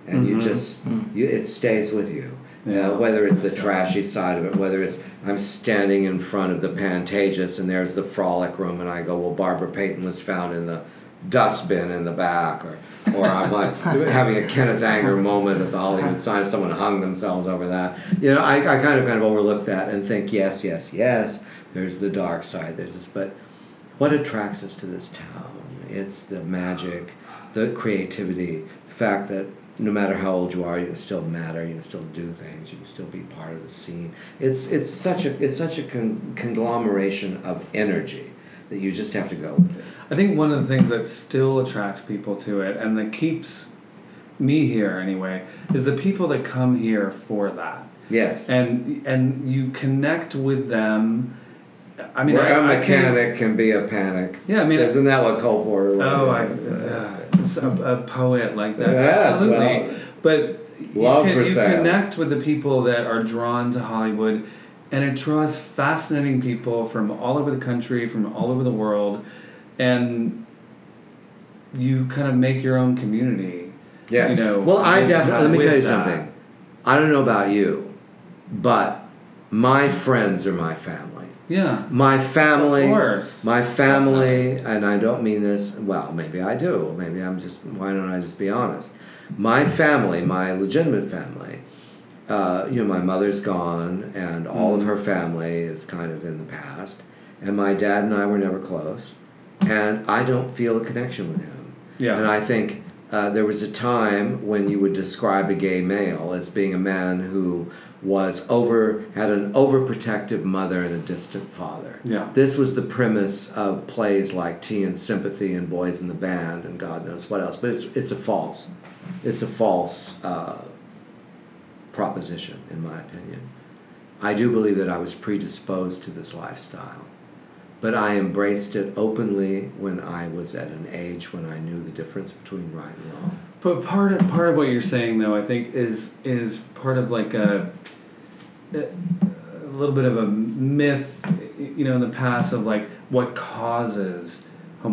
and you just you, it stays with you. Yeah. Uh, whether it's the trashy side of it, whether it's I'm standing in front of the Pantages and there's the frolic room, and I go, well, Barbara Payton was found in the dustbin in the back, or or I'm like having a Kenneth Anger moment at the Hollywood sign. Someone hung themselves over that. You know, I, I kind of kind of overlook that and think, yes, yes, yes. There's the dark side. There's this, but what attracts us to this town? It's the magic, the creativity, the fact that no matter how old you are, you can still matter. You can still do things. You can still be part of the scene. It's it's such a it's such a con- conglomeration of energy that you just have to go with it. I think one of the things that still attracts people to it and that keeps me here anyway, is the people that come here for that. Yes. And and you connect with them. I mean, Where I, a I can't- mechanic can be a panic. Yeah, I mean- isn't that what Cole Porter? would Oh, do? I, uh, s- a, a poet like that. Yeah, Absolutely. well, but you love can- for you, sale. connect with the people that are drawn to Hollywood, and it draws fascinating people from all over the country, from all over the world, and you kind of make your own community. Yes. You know, well, I with- definitely. Let me with tell you that. something. I don't know about you, but my friends are my family. Yeah. My family, Of course. my family, and I don't mean this. Well, maybe I do. Maybe I'm just. Why don't I just be honest? My family, my legitimate family. Uh, you know, my mother's gone, and all of her family is kind of in the past. And my dad and I were never close, and I don't feel a connection with him. Yeah. And I think uh, there was a time when you would describe a gay male as being a man who was over had an overprotective mother and a distant father. Yeah. This was the premise of plays like Tea and Sympathy and Boys in the Band and God knows what else. But it's it's a false, it's a false uh, proposition in my opinion. I do believe that I was predisposed to this lifestyle but I embraced it openly when I was at an age when I knew the difference between right and wrong. But part of part of what you're saying though, I think, is is part of like a a a little bit of a myth, you know, in the past of like what causes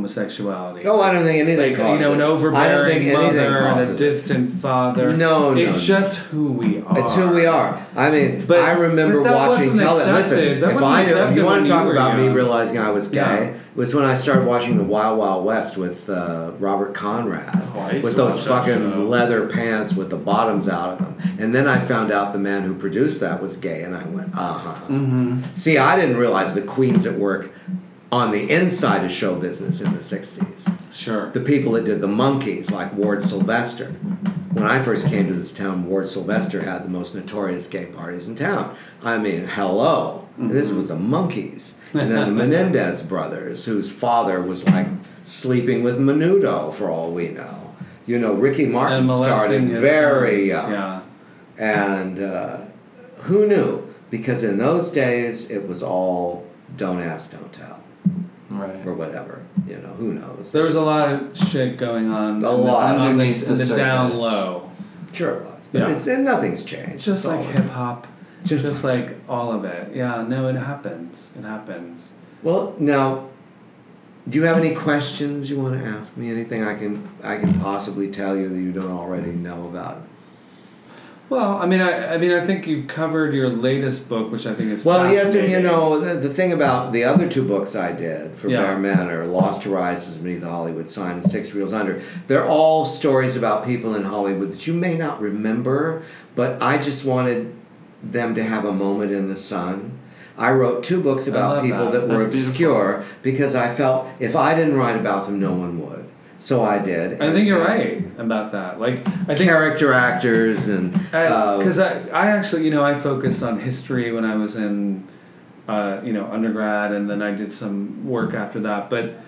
homosexuality. No, Oh, I don't think anything like you know, an overbearing I don't think anything mother and a causes it. distant father. No, no, it's no. just who we are. It's who we are. I mean, But- I remember but that watching wasn't television. Listen, accepted. That if wasn't I knew, if accepted you want when to you talking were about me young. realizing I was gay, Yeah. was when I started watching the Wild Wild West with uh, Robert Conrad, Oh, I used with to those watch that fucking show. leather pants with the bottoms out of them. And then I found out the man who produced that was gay, and I went, uh huh. Mm. Mm-hmm. See, I didn't realize the queens at work on the inside of show business in the '60s Sure. the people that did the monkeys, like Ward Sylvester. When I first came to this town, Ward Sylvester had the most notorious gay parties in town. I mean, hello. And This was the monkeys. And then the Menendez brothers, whose father was like sleeping with Menudo for all we know. You know, Ricky Martin and molesting started his very sons, young. Yeah. And uh, who knew? Because in those days, it was all don't ask, don't tell, or Right. whatever. You know, who knows? There was a lot of shit going on. A in the- lot on the, underneath in the the down surface. low. Sure, it was, but Yeah. it's and nothing's changed. Just It's like all- hip hop. Just- Just, like all of it. Yeah, no, it happens. It happens. well, now, do you have any questions you want to ask me? Anything I can I can possibly tell you that you don't already know about? Well, I mean, I, I mean, I think you've covered your latest book, which I think is Well, yes, and you fascinating. know the, the thing about the other two books I did for Yeah. Bear Manor, Lost Horizons Beneath the Hollywood Sign, and Six Reels Under, they're all stories about people in Hollywood that you may not remember, but I just wanted them to have a moment in the sun. I wrote two books about love people that. that, were That's beautiful. obscure because I felt if I didn't write about them, no one would. So I did. I and- think you're and right about that. Like, I think Character actors and uh, because I, I actually you know I focused on history when I was in uh, you know undergrad and then I did some work after that but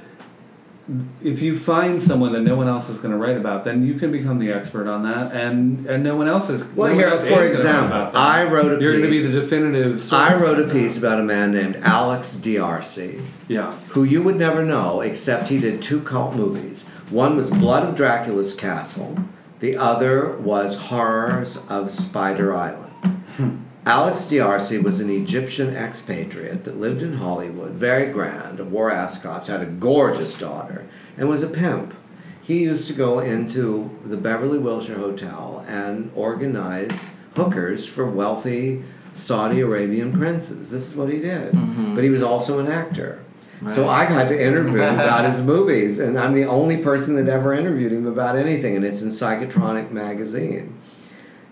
if you find someone that no one else is going to write about then you can become the expert on that and and no one else is Well, no one here, else for is gonna write example, about that. I wrote a you're going to be piece- the definitive source I wrote on a that. piece about a man named Alex DRC. yeah who you would never know except he did two cult movies. One was Blood of Dracula's Castle, the other was Horrors of Spider Island. Alex D'Arcy was an Egyptian expatriate that lived in Hollywood, very grand, wore ascots, had a gorgeous daughter, and was a pimp. He used to go into the Beverly Wilshire Hotel and organize hookers for wealthy Saudi Arabian princes. This is what he did. But he was also an actor. So I got to interview him about his movies, and I'm the only person that ever interviewed him about anything, and it's in Psychotronic magazine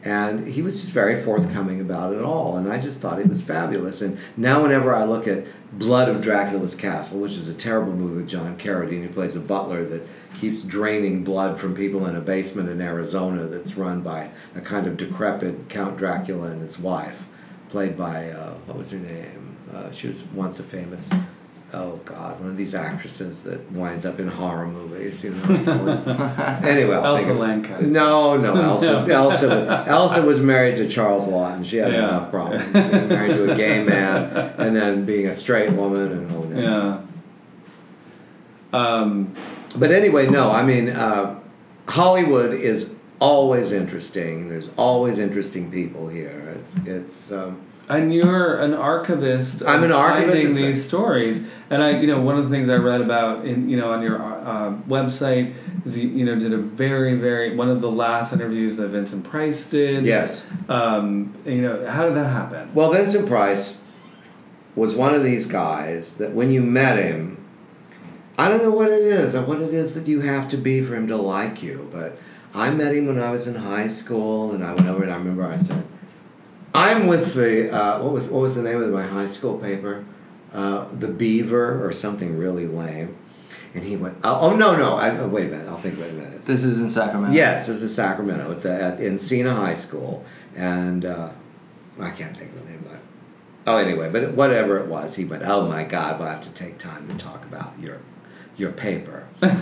and he was just very forthcoming about it all and i just thought it was fabulous and now whenever i look at blood of dracula's castle which is a terrible movie with john carradine who plays a butler that keeps draining blood from people in a basement in arizona that's run by a kind of decrepit count dracula and his wife played by uh, what was her name uh, she was once a famous oh god, one of these actresses that winds up in horror movies. You know, it's always, anyway. I'll Elsa think of- Lancaster. No, no, Elsa. Elsa. Elsa was married to Charles Lawton. She had Yeah. enough problems being married to a gay man and then being a straight woman and all that. Yeah. Um, But anyway, no, I mean, uh, Hollywood is always interesting. There's always interesting people here. It's it's. Um, and you're an archivist. of I'm an archivist. Finding these stories, and I, you know, one of the things I read about in, you know, on your uh, website is you, you know did a very, very one of the last interviews that Vincent Price did. yes. Um, you know, how did that happen? Well, Vincent Price was one of these guys that when you met him, I don't know what it is or what it is that you have to be for him to like you, but I met him when I was in high school and I went over and I remember I said, I'm with the, uh, what, was, what was the name of my high school paper? Uh, the Beaver or something really lame. And he went, oh, oh, no, no, I, oh, wait a minute, I'll think about it in a minute. This is in Sacramento. Yes, it was in Sacramento at the at Encina High School, and uh, I can't think of the name of it. Oh, anyway, but whatever it was, he went. Oh my God, we'll have to take time to talk about your your paper, and,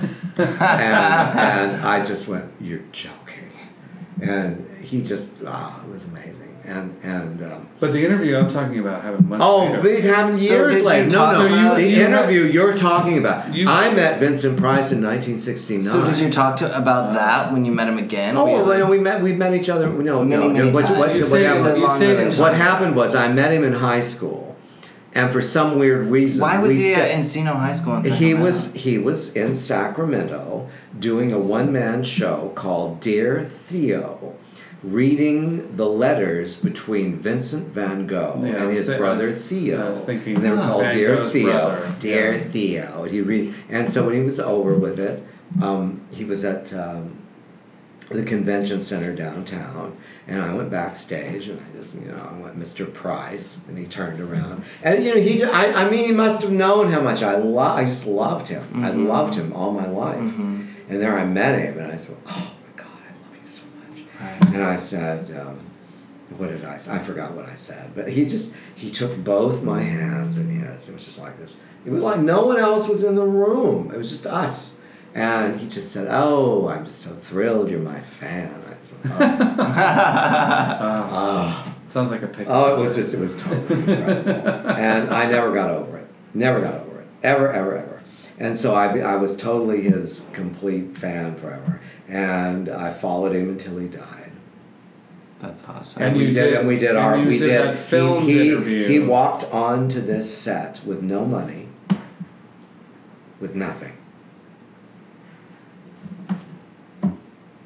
and I just went, you're joking, and he just ah, it was amazing, and and. Um, But the interview I'm talking about happened much Oh, later. but it happened So years did you later. talk No, no, about- the You- you- interview you're talking about. You- I met Vincent Price in 1969. So did you talk to about that when you met him again? Oh Were you well, like- we met we met each other. No, Many, no. many what, times. what- You what say- happened, you say that- what happened was I met him in high school, and for some weird reason, Why was we he sta- at Encino High School? In he Sacramento? was he was in Sacramento doing a one man show called Dear Theo, reading the letters between Vincent Van Gogh Oh, Yeah, I and was his thi- I brother was- Theo. I was thinking and they were Van called Dear Gogh's Theo, brother. Dear Yeah. Theo. And he read, and so when he was over with it, um, he was at. Um, the convention center downtown and I went backstage and I just you know I went Mr. Price and he turned around and you know he ju- I, I mean he must have known how much I lo- I just loved him I loved him all my life and there I met him and I said oh my god I love you so much and I said um, what did I say? I forgot what I said but he just he took both my hands in his it was just like this it was like no one else was in the room it was just us and he just said, "Oh, I'm just so thrilled you're my fan." I just went, oh. Uh, Sounds like a picture. oh, it was just it was totally incredible, and I never got over it. Never got over it. Ever, ever, ever. And so I, be- I was totally his complete fan forever, and I followed him until he died. That's awesome. And we you did, did- and we did and our you we did did, that filmed he, he, interview. he walked onto this set with no money, with nothing.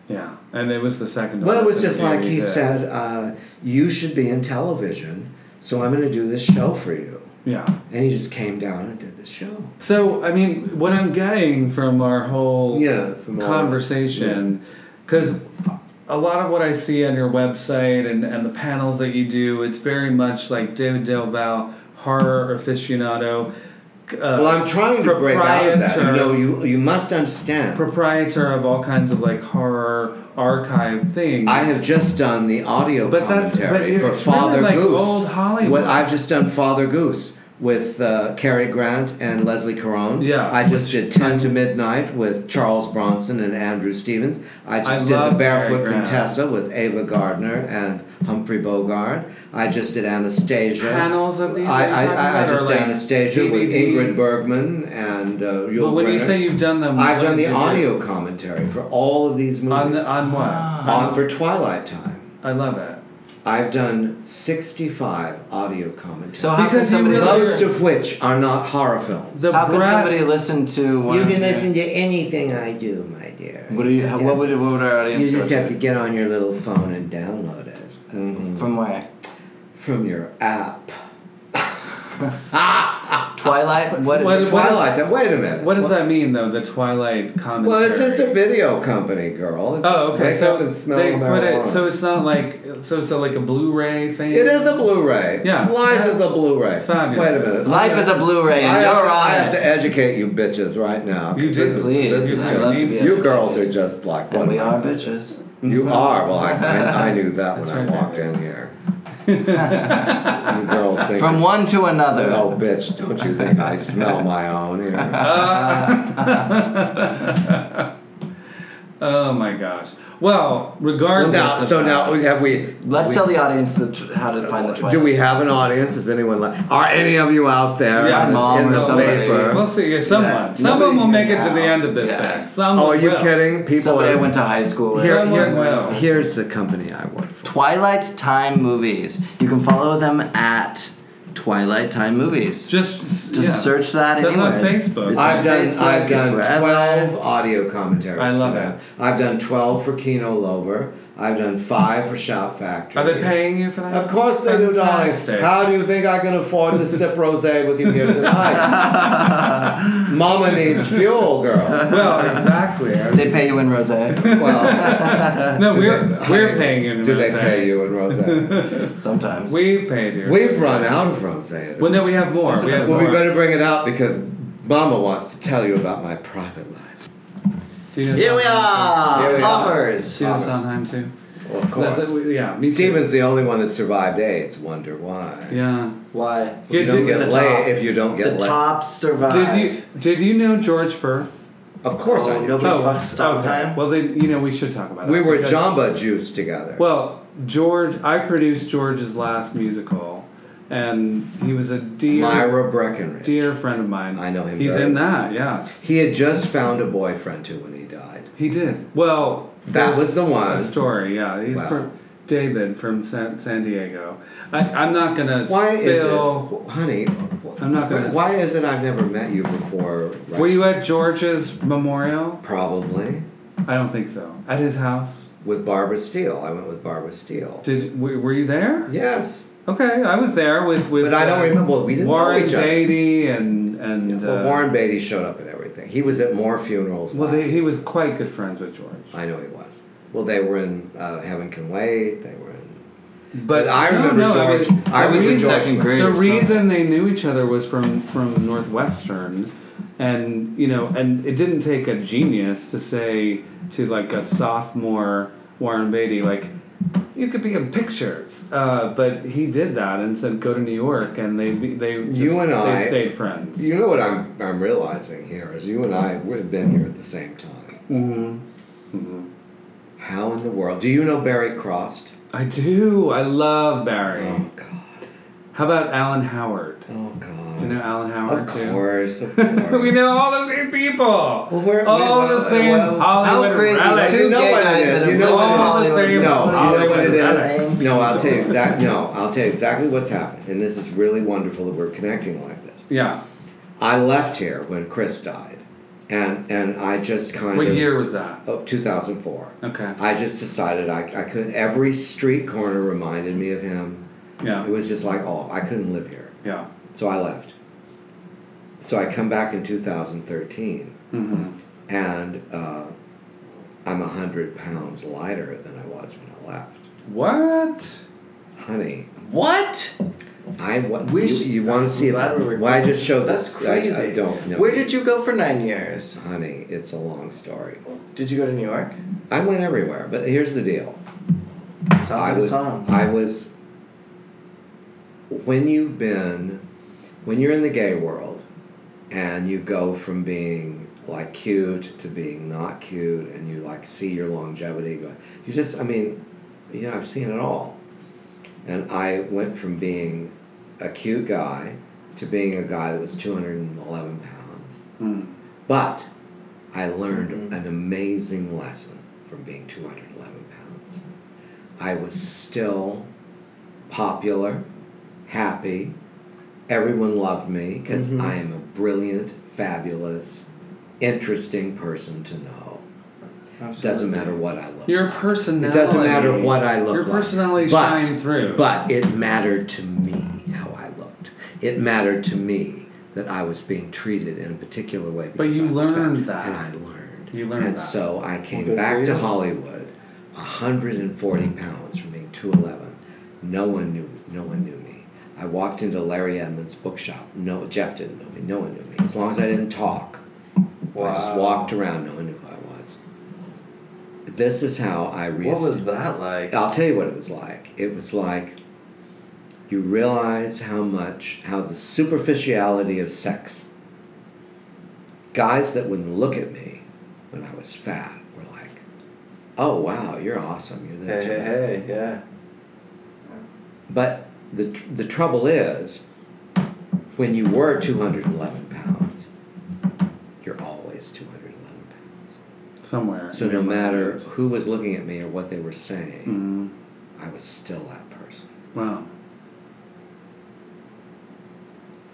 Yeah, and it was the second. to Well, it was last just interview like we he did. said, uh, you should be in television, so I'm going to do this show for you. Yeah. And he just came down and did the show. So I mean, what I'm getting from our whole Yeah, from all- conversation, because a lot of what I see on your website and, and the panels that you do, it's very much like David Del Val, horror aficionado. Uh, Well, I'm trying to break out of that. You proprietor- know, you, you must understand. proprietor of all kinds of like horror archive things. I have just done the audio But that's- but commentary it's for really Father like Goose. old Hollywood. What I've just done Father Goose with uh, Cary Grant and Leslie Caron. Yeah, I just did Ten to Midnight with Charles Bronson and Andrew Stevens. I just did the love Cary Barefoot Grant. Contessa with Ava Gardner and Humphrey Bogart. I just did Anastasia. Panels of these I, that I, you're talking I, I about, or just did like Anastasia with DVD? Ingrid Bergman and uh, Yul But when you Brynner. say you've done them, I've what done the did you do? audio commentary for all of these movies on the, on what? on for Twilight Time. I love it. I've done 65 audio commentaries, so how Because you can somebody really- most of which are not horror films. The How could breadth- somebody listen to one? you of can your- listen to anything I do, my dear. What do you? just What have- would what would our audience? You just listen have to get on your little phone and download it From where? from your app. Twilight. What? What- what- Twilight Time. Wait a minute. What does that mean, though? The Twilight commentary. Well, it's just a video company, girl. It's Oh, okay. Wake so up and smell they put marijuana. it. So it's not like. So it's like a Blu-ray thing. It is a Blu-ray. Yeah. Life is a Blu-ray. Fabulous. Wait a minute. Life is a Blu-ray, and I have, you're to, I on have it. to educate you bitches right now. You This do, is- please. this is I'd good. love to be you educated. girls are just like And one. we are bitches. You are. Well, I, I, I knew that when That's I right. walked in here. You girls think From one to another. Oh, bitch! Don't you think I smell my own? Here. Oh my gosh. Well, regardless. Now, of so that- now have we? Let's we- tell the audience the tr- how to find the Twilight. Do we have an audience? Is anyone? Li- are any of you out there? Yeah, in the- mom in or the somebody. vapor? We'll see. yeah, Someone, Yeah, someone nobody will make can it to the now. end of this Yeah. thing. Someone Oh, are you will. kidding? People Somebody are, I went to high school with. Here, Someone here- will. here's the company I work for. Twilight Time movies. You can follow them at Twilight Time movies. Just, Just, yeah. search that That's on anywhere. Facebook. It's I've on done Facebook, I've it's done wherever. twelve audio commentaries. I love for that. it. I've done twelve for Kino Lover. I've done five for Shout Factory. Are they paying you for that? Of course they do, darling. Fantastic. How do you think I can afford to sip rosé with you here tonight? Mama needs fuel, girl. Well, exactly. They pay you in rose. Well, No, do we're they- we're paying you. Do they Rosé. pay you in rosé? Sometimes. We've paid you. We've run out of rosé. well, no, we have more. We have well, more. we better bring it out because Mama wants to tell you about my private life. Do you know Here we Here are, we are. poppers. Do you know Sondheim too? Well, of That's course. it, we- yeah, me too. Steven's the only one that survived AIDS. Wonder why. Yeah. Why? You Did don't you- get the top. laid if you don't The get laid. top Uh, survive. Did you did you know George Firth? Of course Oh, I know. nobody Oh, fucks Sondheim. Well, then you know we should talk about it. We were because- Jamba Juice together. Well, George, I produced George's last musical, and he was a dear, Myra Breckenridge. dear friend of mine. I know him He's very in well. that. Yes, He had just found a boyfriend too when he died. he did. Well, That there's was the one. a story. Yeah, he's Wow. from David from San, San Diego. I, I'm not gonna Why is it, spill. wh- honey? wh- I'm not gonna- Why is it I've never met you before? Right? Were you at George's memorial? probably I don't think so. At his house? with Barbara Steele? I went with Barbara Steele. Did Uh, were were you there? yes, Okay, I was there with with. But I don't uh, remember- well, we didn't know Warren each other. Beatty and and. well, uh, Warren Beatty showed up at everything. He was at more funerals. Well, last they, he was quite good friends with George. I know he was. Well, they were in uh, Heaven Can Wait. They were in. But, I no, remember no, I George. mean, I the was in reason- second grade The or reason they knew each other was from from Northwestern, and you know, and it didn't take a genius to say to like a sophomore Warren Beatty like. You could be in pictures, uh, but he did that and said, "Go to New York," and they be- they just, You and I- they stayed friends. You know what I'm I'm realizing here is you and I have been here at the same time. Mhm. How in the world do you know Barry Crossed? I do. I love Barry. Oh God! How about Alan Howard? Oh God! Do you know Alan Howard of too? course, of we course. know all the same people. Well, where- all where- the same well, Hollywood How crazy! relics. Two You know gay what it guys is. that You have know lived what in it is. Hollywood. Same No, you know what it is. Same. No, I'll tell you exactly. No, I'll tell you exactly what's happened, and this is really wonderful that we're connecting like this. Yeah. I left here when Chris died, and and I just kind What of year was that? Oh, 2004. Okay. I just decided I, I could. Every street corner reminded me of him. Yeah. It was just like, oh, I couldn't live here. yeah. So I left. So I come back in 2013, Mm-hmm. and uh, I'm 100 pounds lighter than I was when I left. What? Honey, What? I wa- Wish- you, you want to see I'm glad that? we're Why I just showed That's this- I- crazy. I, don't know. Where did you go for nine years? Honey, it's a long story. Did you go to New York? I went everywhere, but here's the deal. Sounds like I a was, song. I was. When you've been, when you're in the gay world, and you go from being like cute to being not cute, and you like see your longevity going, you just, I mean, you know, I've seen it all. And I went from being a cute guy to being a guy that was 211 pounds. Mm. But I learned Mhm. an amazing lesson from being 211 pounds. I was still popular, happy. Everyone loved me because Mhm. I am a brilliant, fabulous, interesting person to know. It doesn't matter what I look Your like. It personality. doesn't matter what I look Your like. personality But- shined through. But it mattered to me how I looked. It mattered to me that I was being treated in a particular way. But because you I was fat. learned that. And I learned. You learned And that. so I came good for back to you. Hollywood, 140 pounds from being 211. No one knew. No one knew me. I walked into Larry Edmonds' bookshop. No, Jeff didn't know me. No one knew me. As long as I didn't talk. I just Wow. walked around. No one knew who I was. This is how I What reasoned. was that like? I'll tell you what it was like. It was like you realize how much, how the superficiality of sex. Guys that wouldn't look at me when I was fat were like, oh wow, you're awesome. You're this. Hey, you're hey, that." hey, yeah. But the, tr- the trouble is, when you were 211 pounds, you're always 211 pounds. somewhere. So no matter who was looking at me or what they were saying, Hmm. Mm, I was still that person. wow.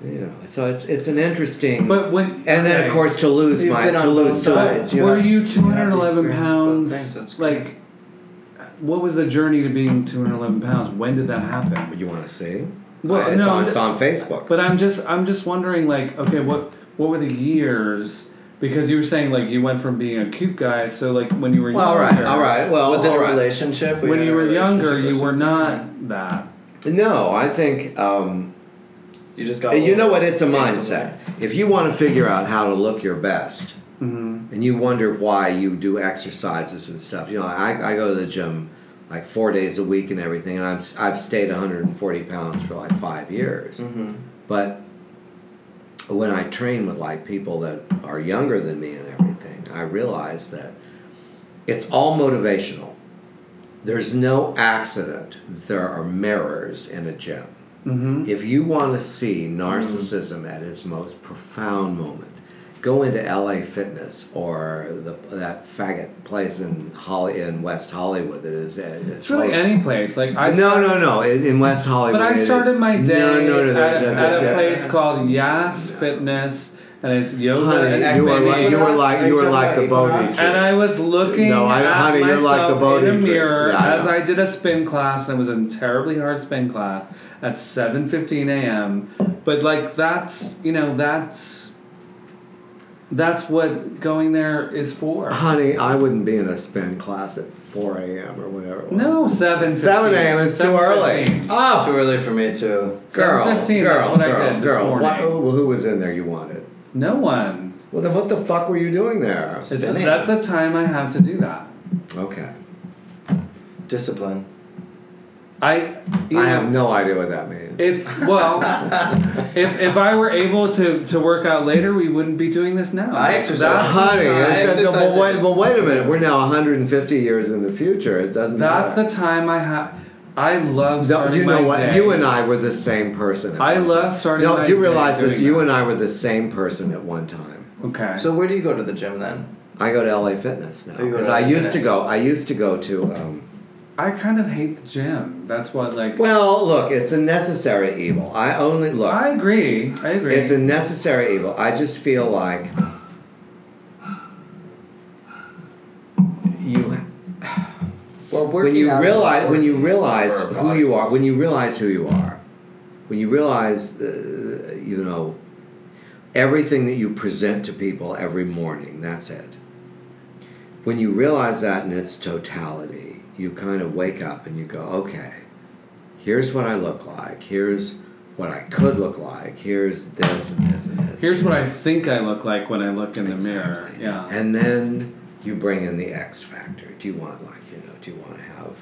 You know, so it's it's an interesting. But when and then of okay. course to lose You've my been to on both lose sides. sides. You were have- you you have the 211 experience of both pounds? things, that's great. like, what was the journey to being 211 pounds? When did that happen? You want to see? Well, Uh, it's, no, on, it's d- on Facebook. But I'm just I'm just wondering like okay what what were the years because you were saying like you went from being a cute guy so like when you were Well, all younger, right, all right. Well, was it all a right. relationship? when in you a were younger relationship or you were not something? that No, I think um, You just got. And you know what? It's a Yeah, mindset. If you want to figure out how to look your best, and you wonder why you do exercises and stuff, you know, I, I go to the gym like four days a week and everything, and I'm s- I've stayed 140 pounds for like five years. But when I train with like people that are younger than me and everything, I realize that it's all motivational. There's no accident. that There are mirrors in a gym. Mm-hmm. If you want to see Hmm. narcissism at its most profound moment, go into LA Fitness or the, that faggot place in Holly in West Hollywood. That is, it's really any place like I no, no, no. In in West Hollywood. but I it is- started my day No, no, no. at, There's a, at a there- place called Yas Fitness and it's yoga Honey, and, you are maybe- like you are like you are like the bogey. Equinox? and I was looking No, I- at honey, you're like myself the voting in a tree. mirror Yeah, I as know. I did a spin class, and it was a terribly hard spin class at 7:15 a.m. But like that's you know that's that's what going there is for. Honey, I wouldn't be in a spin class at 4 a.m. or whatever. it was. No, seven. 7 a.m. is too early. Oh, Too early for me too. girl, 7:15, girl, that's what I girl, did this girl. Why- morning. well, who was in there you wanted? No one. Well, then what the fuck were you doing there? It's, Spinning. that's the time I have to do that. Okay. Discipline. I. you know, I have no idea what that means. If well, if if I were able to to work out later, we wouldn't be doing this now. I exercise. That's- Honey, I it's- it's- exercise well, wait, it. well, wait a minute. We're now 150 years in the future. It doesn't That's matter. the time I have. I love No, starting you know my what? day. You and I were the same person. At I one love time. starting No, my do you day realize this? doing You that. and I were the same person at one time. okay. So where do you go to the gym then? I go to LA Fitness now Oh, you go to because I LA used to Fitness. go. I used to go to. Um, I kind of hate the gym. That's what like. well, look, it's a necessary evil. I only look. I agree. I agree. It's a necessary evil. I just feel like you Well, when working you out is realize when you working realize for a who body. you are when you realize who you are when you realize uh, you know everything that you present to people every morning that's it when you realize that in its totality you kind of wake up and you go okay here's what i look like here's what i could look like here's this and this and this Here's what I think I look like when I look in the mirror. Exactly. Yeah. And then you bring in the X factor. Do you want like you know? Do you want to have?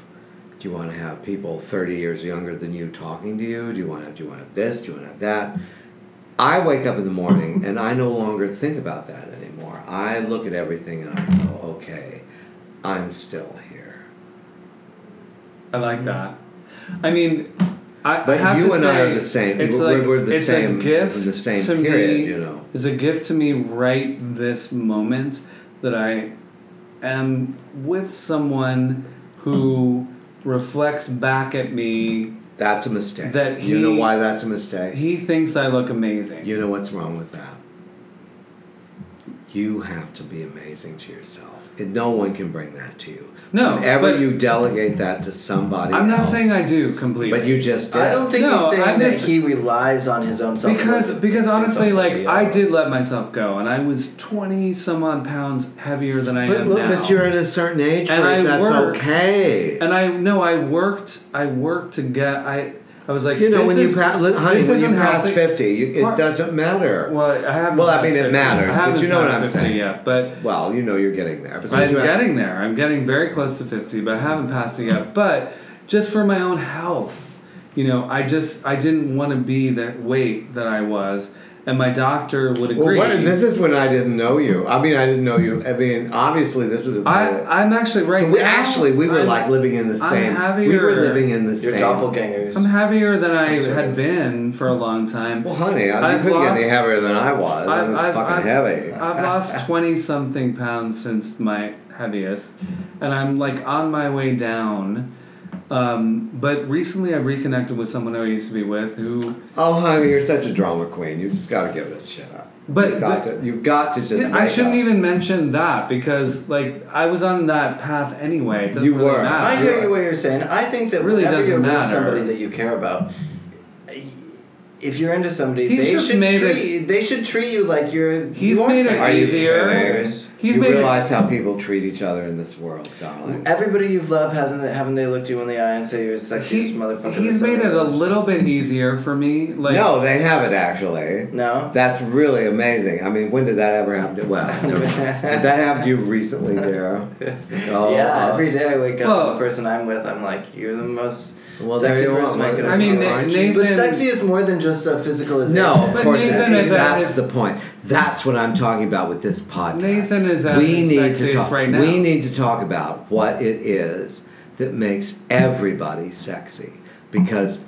Do you want to have people thirty years younger than you talking to you? Do you want to? Do you want to have this? Do you want to have that? I wake up in the morning and I no longer think about that anymore. I look at everything and I go, okay, I'm still here. I like that. I mean, I But have you to and I say, are the same. It's We're- like, we're the it's same- A gift we're the same to period, me, you know. It's a gift to me right this moment that I am with someone who reflects back at me. That's a mistake. That you know he- why that's a mistake. He thinks I look amazing. You know what's wrong with that? You have to be amazing to yourself. And no one can bring that to you. No, Whenever but- you delegate that to somebody I'm not else, saying I do completely. But you just did. I don't think No, he's saying I'm that just- he relies on his own self. because because honestly, like I did love let myself go, and I was twenty some odd pounds heavier than I But am look, now. but you're at a certain age And where I that's worked. okay. And I no, I worked. I worked to get. I I was like, you know, this when is, you pass, honey, this when you isn't pass healthy. fifty, you, it Well, doesn't matter. Well, Well, I haven't. Well, I passed mean, it 50. I matters, but haven't you know what passed I'm 50 saying. Yet, but you know, you're getting there. But I'm you have- getting there. I'm getting very close to fifty, but I haven't passed it yet. But just for my own health, you know, I just I didn't want to be that weight that I was, and my doctor would Well, agree. what, this is when I didn't know you. I mean, I didn't know you. I mean, obviously, this was. I I'm actually right. so we now, actually we were I'm- like living in the I'm same. We happier. were living in the Your same. doppelgangers. I'm heavier than I sort had of- been for a long time. Well, honey, I, you I've couldn't get any lost- heavier than I was. I was fucking I've, heavy. I've lost 20 something pounds since my heaviest, and I'm like on my way down. Um, but recently I reconnected with someone I used to be with who. oh, honey, you're such a drama queen. You just got to give this shit up. But- you've got, but- to, you've got to just. I make shouldn't up. even mention that because, like, I was on that path anyway. It doesn't You really were. matter. I Yeah. hear you what you're saying. I think that It really whenever doesn't you're with matter. somebody that you care about, if you're into somebody, He's they just should made it- treat they should treat you like you're. He's you are made it Are you sexy. easier. kidding? He's you made it- realize how people treat each other in this world, darling. Everybody you've loved hasn't haven't they looked you in the eye and say you're the sexiest He- motherfucker? he's that's made ever it a lived? little bit easier for me. Like, No, they haven't actually. No. That's really amazing. I mean, when did that ever happen? To, well, never mind. did that happen to you recently, Dara? Oh, yeah, uh, every day I wake up Well- and the person I'm with, I'm like, you're the most Well, there sexy you are, person I could mother- have I mean, known." Na- Aren't you- Nathan. But sexy is more than just a physicalization. No, of But course it Nathan is. is at That's his- the point. That's what I'm talking about with this podcast. Nathan is at his sexiest talk. right now. We need to talk about what it is that makes everybody sexy, because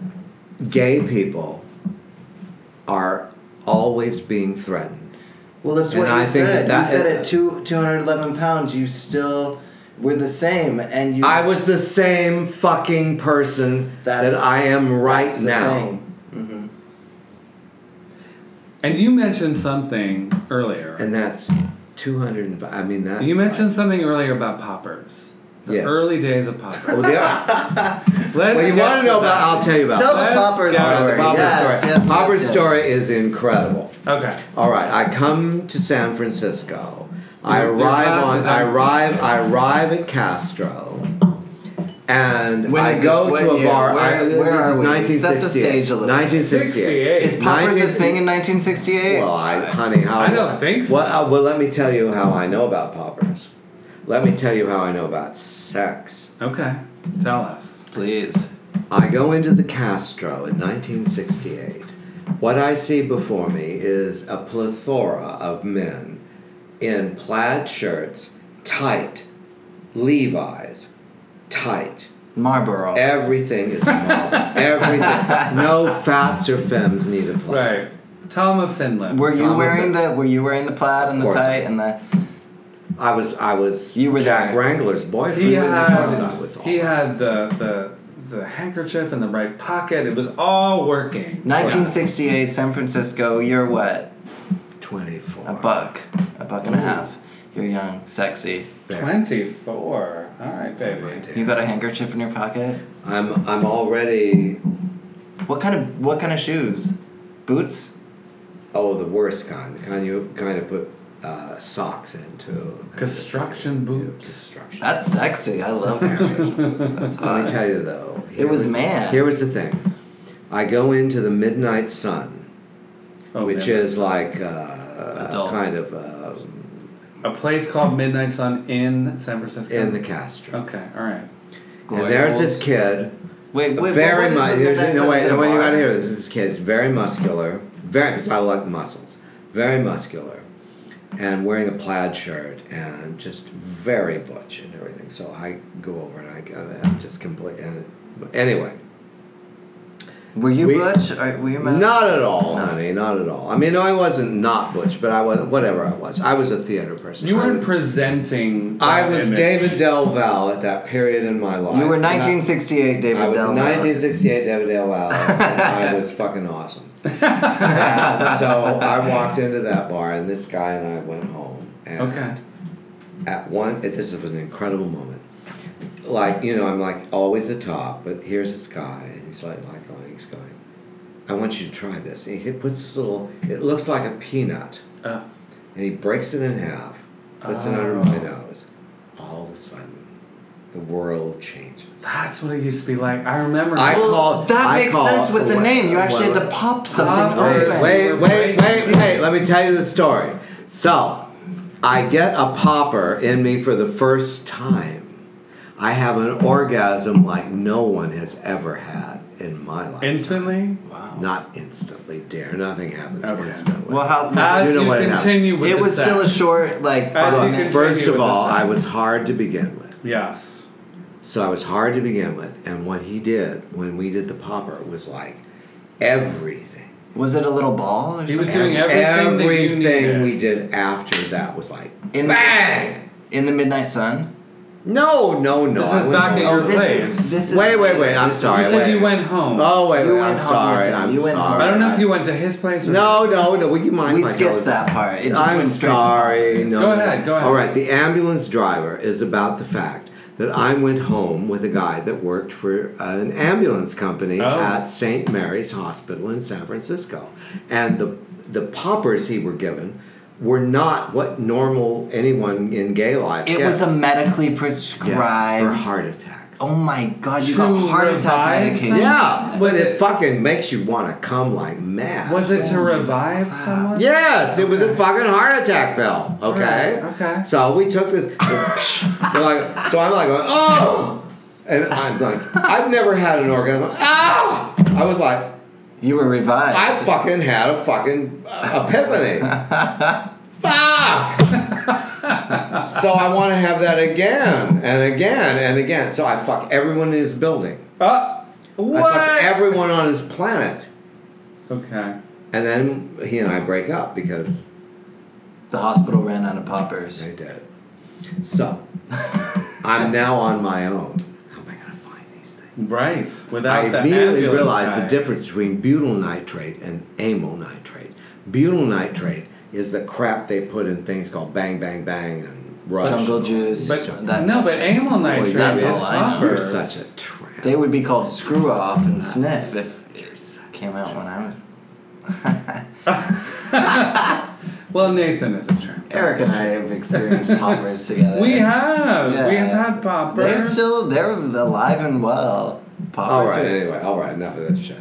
gay people are always being threatened. Well, that's And what I you think that said. that- you said at two two hundred eleven pounds, you still were the same, and you. I was the same fucking person that That's- I am right that's the now. thing. And you mentioned something earlier. And that's 200. And, I mean, that's. you mentioned like- something earlier about poppers. The Yes. early days of poppers. Well, there- Let's well, you get want to know about? I'll tell you about. Tell that. the That's popper story. got it. All right, the Popper yes, story. Yes, yes, Popper's yes. story is incredible. Okay. All right, I come to San Francisco. I Your- your arrive glass on. is I empty. arrive. I arrive at Castro, and When I is go this? What to a year? bar. I- Where- where this are is we? 1968. Set the stage a little. 1968. Is popper a thing in 1968? Well, I, honey, how I don't think so. Well, uh, well, let me tell you how I know about poppers. Let me tell you how I know about sex. Okay. Tell us. Please. I go into the Castro in 1968. What I see before me is a plethora of men in plaid shirts, tight, Levi's, tight. Marlboro. Everything is small. Everything. No fats or femmes need apply. Right. Tom of Finland. Were you Tom wearing with the Were you wearing the plaid and the course. tight and the? I was I was You were Jack there. Wrangler's boyfriend. he Of had, course I was all he had the, the the handkerchief in the right pocket. It was all working. 1968, San Francisco. You're what? 24. A buck. A buck and a half. You're young, sexy. There. Twenty four. All right, baby. You got a handkerchief in your pocket. I'm I'm already What kind of What kind of shoes? Boots. oh the worst kind the kind you kind of put uh, socks into Construction boots. Construction. That's sexy. I love that. That's Let me tell you though. here was man. Here was the thing. I go into the midnight sun, Oh, which man. is like uh, Adult. kind of uh, a place called Midnight Sun in San Francisco. in the Castro. Okay. All right. And there's this kid. Wait, wait, very what much. is it that No, wait, says no, wait, you bar? gotta hear this. This kid's very muscular. Very, because I like muscles. Very muscular. And wearing a plaid shirt and just very butch and everything. So I go over and I, I'm just complete. And anyway, Were you We- Butch? Are, were you mad? not at all, honey. Not at all. I mean, no, I wasn't not butch, but I was whatever I was. I was a theater person. You I weren't was, presenting. I that was image. David Del Valle at that period in my life. You were And I- 1968, David I was Del in Valle. 1968 David Dale Valley. and I was fucking awesome. And so I walked into that bar, and this guy and I went home. And Okay. At one, this was an incredible moment. Like you know, I'm like always atop, but here's this guy, and he's like, like going, he's going. I want you to try this. And he puts this little. It looks like a peanut, Uh, and he breaks it in half, puts it under Oh. my nose. All of a sudden, the world changes. that's what it used to be like. I remember. I Well, call- Oh, that I makes call- sense with the wait, name. You wait, actually had wait. to pop something Pop open. it. Wait, wait, wait, wait. Let me tell you the story. So, I get a popper in me for the first time. I have an orgasm like no one has ever had in my life. Instantly? Wow. Not instantly, dear. Nothing happens Okay. instantly. Well, how? As You you, know what happened. continue with it the was still a sex. short, like As five you minutes. can- First of with all, the I same. was hard to begin with. Yes. So I was hard to begin with. And what he did when we did the popper was like everything. was it a little ball or He something? was doing everything, that you Everything needed. we did after that was like In the- bang. in the midnight sun. No, no, no. This I is wouldn't- back at Oh, your this place. is this is. Wait, wait, wait, I'm this is- sorry. you said wait. you went home. Oh wait, You wait, went I'm home sorry. with them. I'm You went sorry. I don't know if you went to his place or No, no, no. Would you mind? We if I skipped go- that part. It just I'm went straight to sorry. no, Go no. ahead, go ahead. All right. The ambulance driver is about the fact that I went home with a guy that worked for an ambulance company Oh. at St. Mary's Hospital in San Francisco, and the the poppers he were given were not what normal anyone in gay life. It gets. was a medically Yes, prescribed. for heart attacks. Oh my god, you To got heart attack revive medication. someone? Yeah, Was but it, it- fucking makes you want to come like mad. Was it to revive someone? Yes, it was a fucking heart attack pill. Okay. Right, okay. So we took this. we're like, so I'm like, going, oh, and I'm like, I've never had an orgasm. Ah! I was like, You were revived. I fucking had a fucking epiphany. Fuck. so I want to have that again and again and again. So I fuck everyone in his building. Uh, I fuck what? everyone on his planet. okay. And then he and I break up because the hospital ran out of poppers. I did. So I'm now on my own. How am I gonna find these things? Right. Without I that immediately ambulance realized guy. the difference between butyl nitrate and amyl nitrate. Butyl nitrate is the crap they put in things called bang bang bang and rush. Jungle juice. But that no, but amyl nitrate that's is all I know. copper. You're such a tramp. They would be called screw off and sniff if it came out when I was. Well, Nathan is a tramp. Eric and I have experienced poppers together. We have. Yeah. We have had poppers. They're still they're alive and well. all Poppers. right. are- Anyway, all right. Enough of that shit.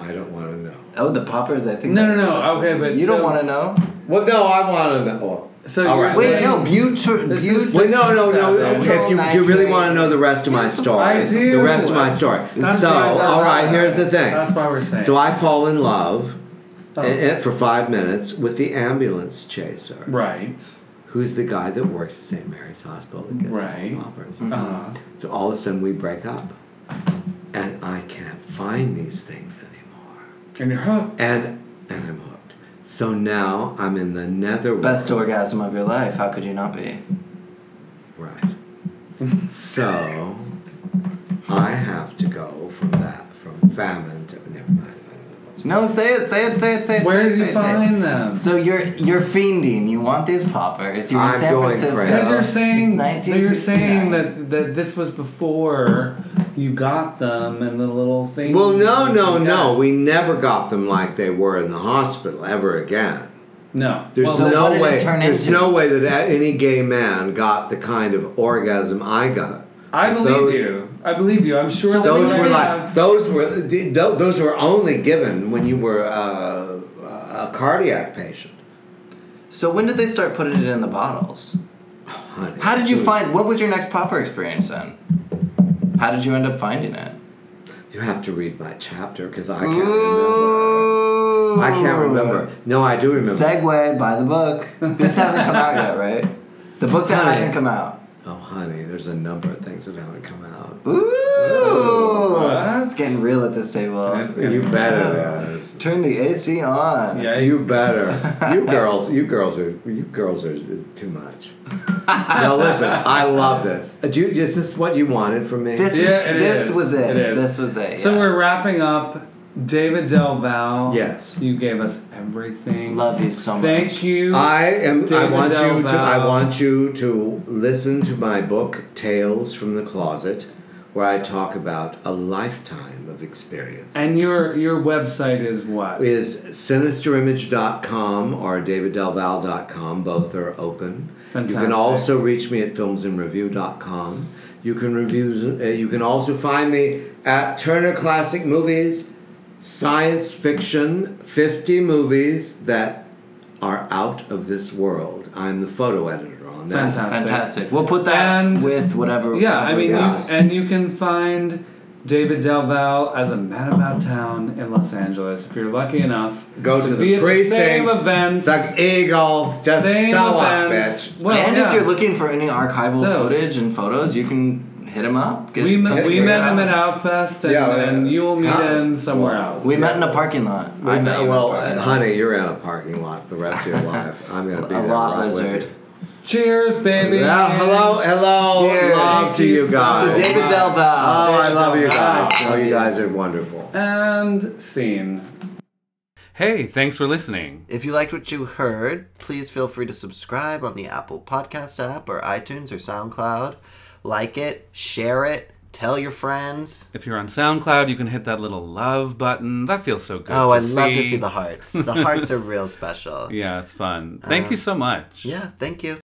I don't want to know. Oh, the poppers. I think. No, that's- no, no, okay, but you don't so- want to know. Well, no, I want to know. So all you're right. saying- Wait, no. Butyl. This butyl is- Well, no, no, no. Butyl If you, do you really nitrate. want to know the rest of my story? I The do. rest of my story. That's so, fine. all right, here's the thing. That's why we're saying. So I fall in love Oh. eh, eh, for five minutes with the ambulance chaser, right. who's the guy that works at St. Mary's Hospital that gets Right. all the poppers. Uh-huh. So all of a sudden we break up, and I can't find these things anymore, And you're hooked. and and I'm hooked. So now I'm in the netherworld. Best orgasm of your life. How could you not be? Right. so I have to go from that from famine to never mind. No, say it. Say it. Say it. Say it. Where say it, did say you it, say it. find them? So you're you're fiending. You want these poppers. You're in I'm San going Francisco. crazy. Because you're saying that it's you're saying 1969. that, that this was before you got them and the little thing. Well, no, no, you no. got. We never got them like they were in the hospital ever again. no. There's well, So what no did it way. turn There's into? no way that a- any gay man got the kind of orgasm I got. I But believe those- you. I believe you. I'm sure So that Those you were like have- those were th- th- those were only given when you were uh, a cardiac patient. So when did they start putting it in the bottles? honey. How did you So- find? What was your next popper experience then? How did you end up finding it? You have to read my chapter because I can't remember. I can't remember. No, I do remember. Segway by the book. This hasn't come out yet, right? The book that Honey. hasn't come out. oh, honey, there's a number of things that haven't come out. Ooh, What? it's getting real at this table. That's good. You better. it is. Turn the AC on. Yeah, You better. You girls, you girls are, you girls are too much. now listen, I love this. Uh, Do you, is this what you wanted from me? This is, Yeah, it this is. was it. It is. This was it. So yeah. we're wrapping up. David Delval. Yes. You gave us everything. love you so much. Thank you. I am. I David want you to. I Delval. want you to listen to my book, Tales from the Closet, where I talk about a lifetime of experience. And your your website is what? is sinisterimage.com or daviddelval.com. Both are open. You Fantastic. can also reach me at filmsandreview.com. You can reviews. Uh, you can also find me at Turner Classic Movies, science fiction, fifty movies that are out of this world. I'm the photo editor on that. Fantastic. Fantastic. We'll put that And- with whatever. Yeah, I whatever mean, it you, is. and you can find David Del Valle as a man about town in Los Angeles. If you're lucky enough, Go to be the at the same precinct. events, The eagle. Just same show up, events. bitch. Well, and yeah. if you're looking for any archival Those. footage and photos, you can hit him up. Get we met, something we figured met him out. at Outfest, and Yeah, then yeah. you will meet Huh? him somewhere else. We met in a parking lot. I I met you know. in a Well, parking uh, lot. honey, you're out of parking lot the rest of your life. I'm gonna be a there lot right with lizard. Cheers, baby. you. Well, hello, hello, Cheers. love to you guys. To David Del Valle. Oh, I love you guys. Nice. Oh, you guys are wonderful. And scene. Hey, thanks for listening. If you liked what you heard, please feel free to subscribe on the Apple Podcast app or iTunes or SoundCloud. Like it, share it, tell your friends. If you're on SoundCloud, you can hit that little love button. That feels so good. Oh, to I love to see the hearts. The hearts are real special. Uh, Yeah, it's fun. Thank you so much. Yeah, thank you.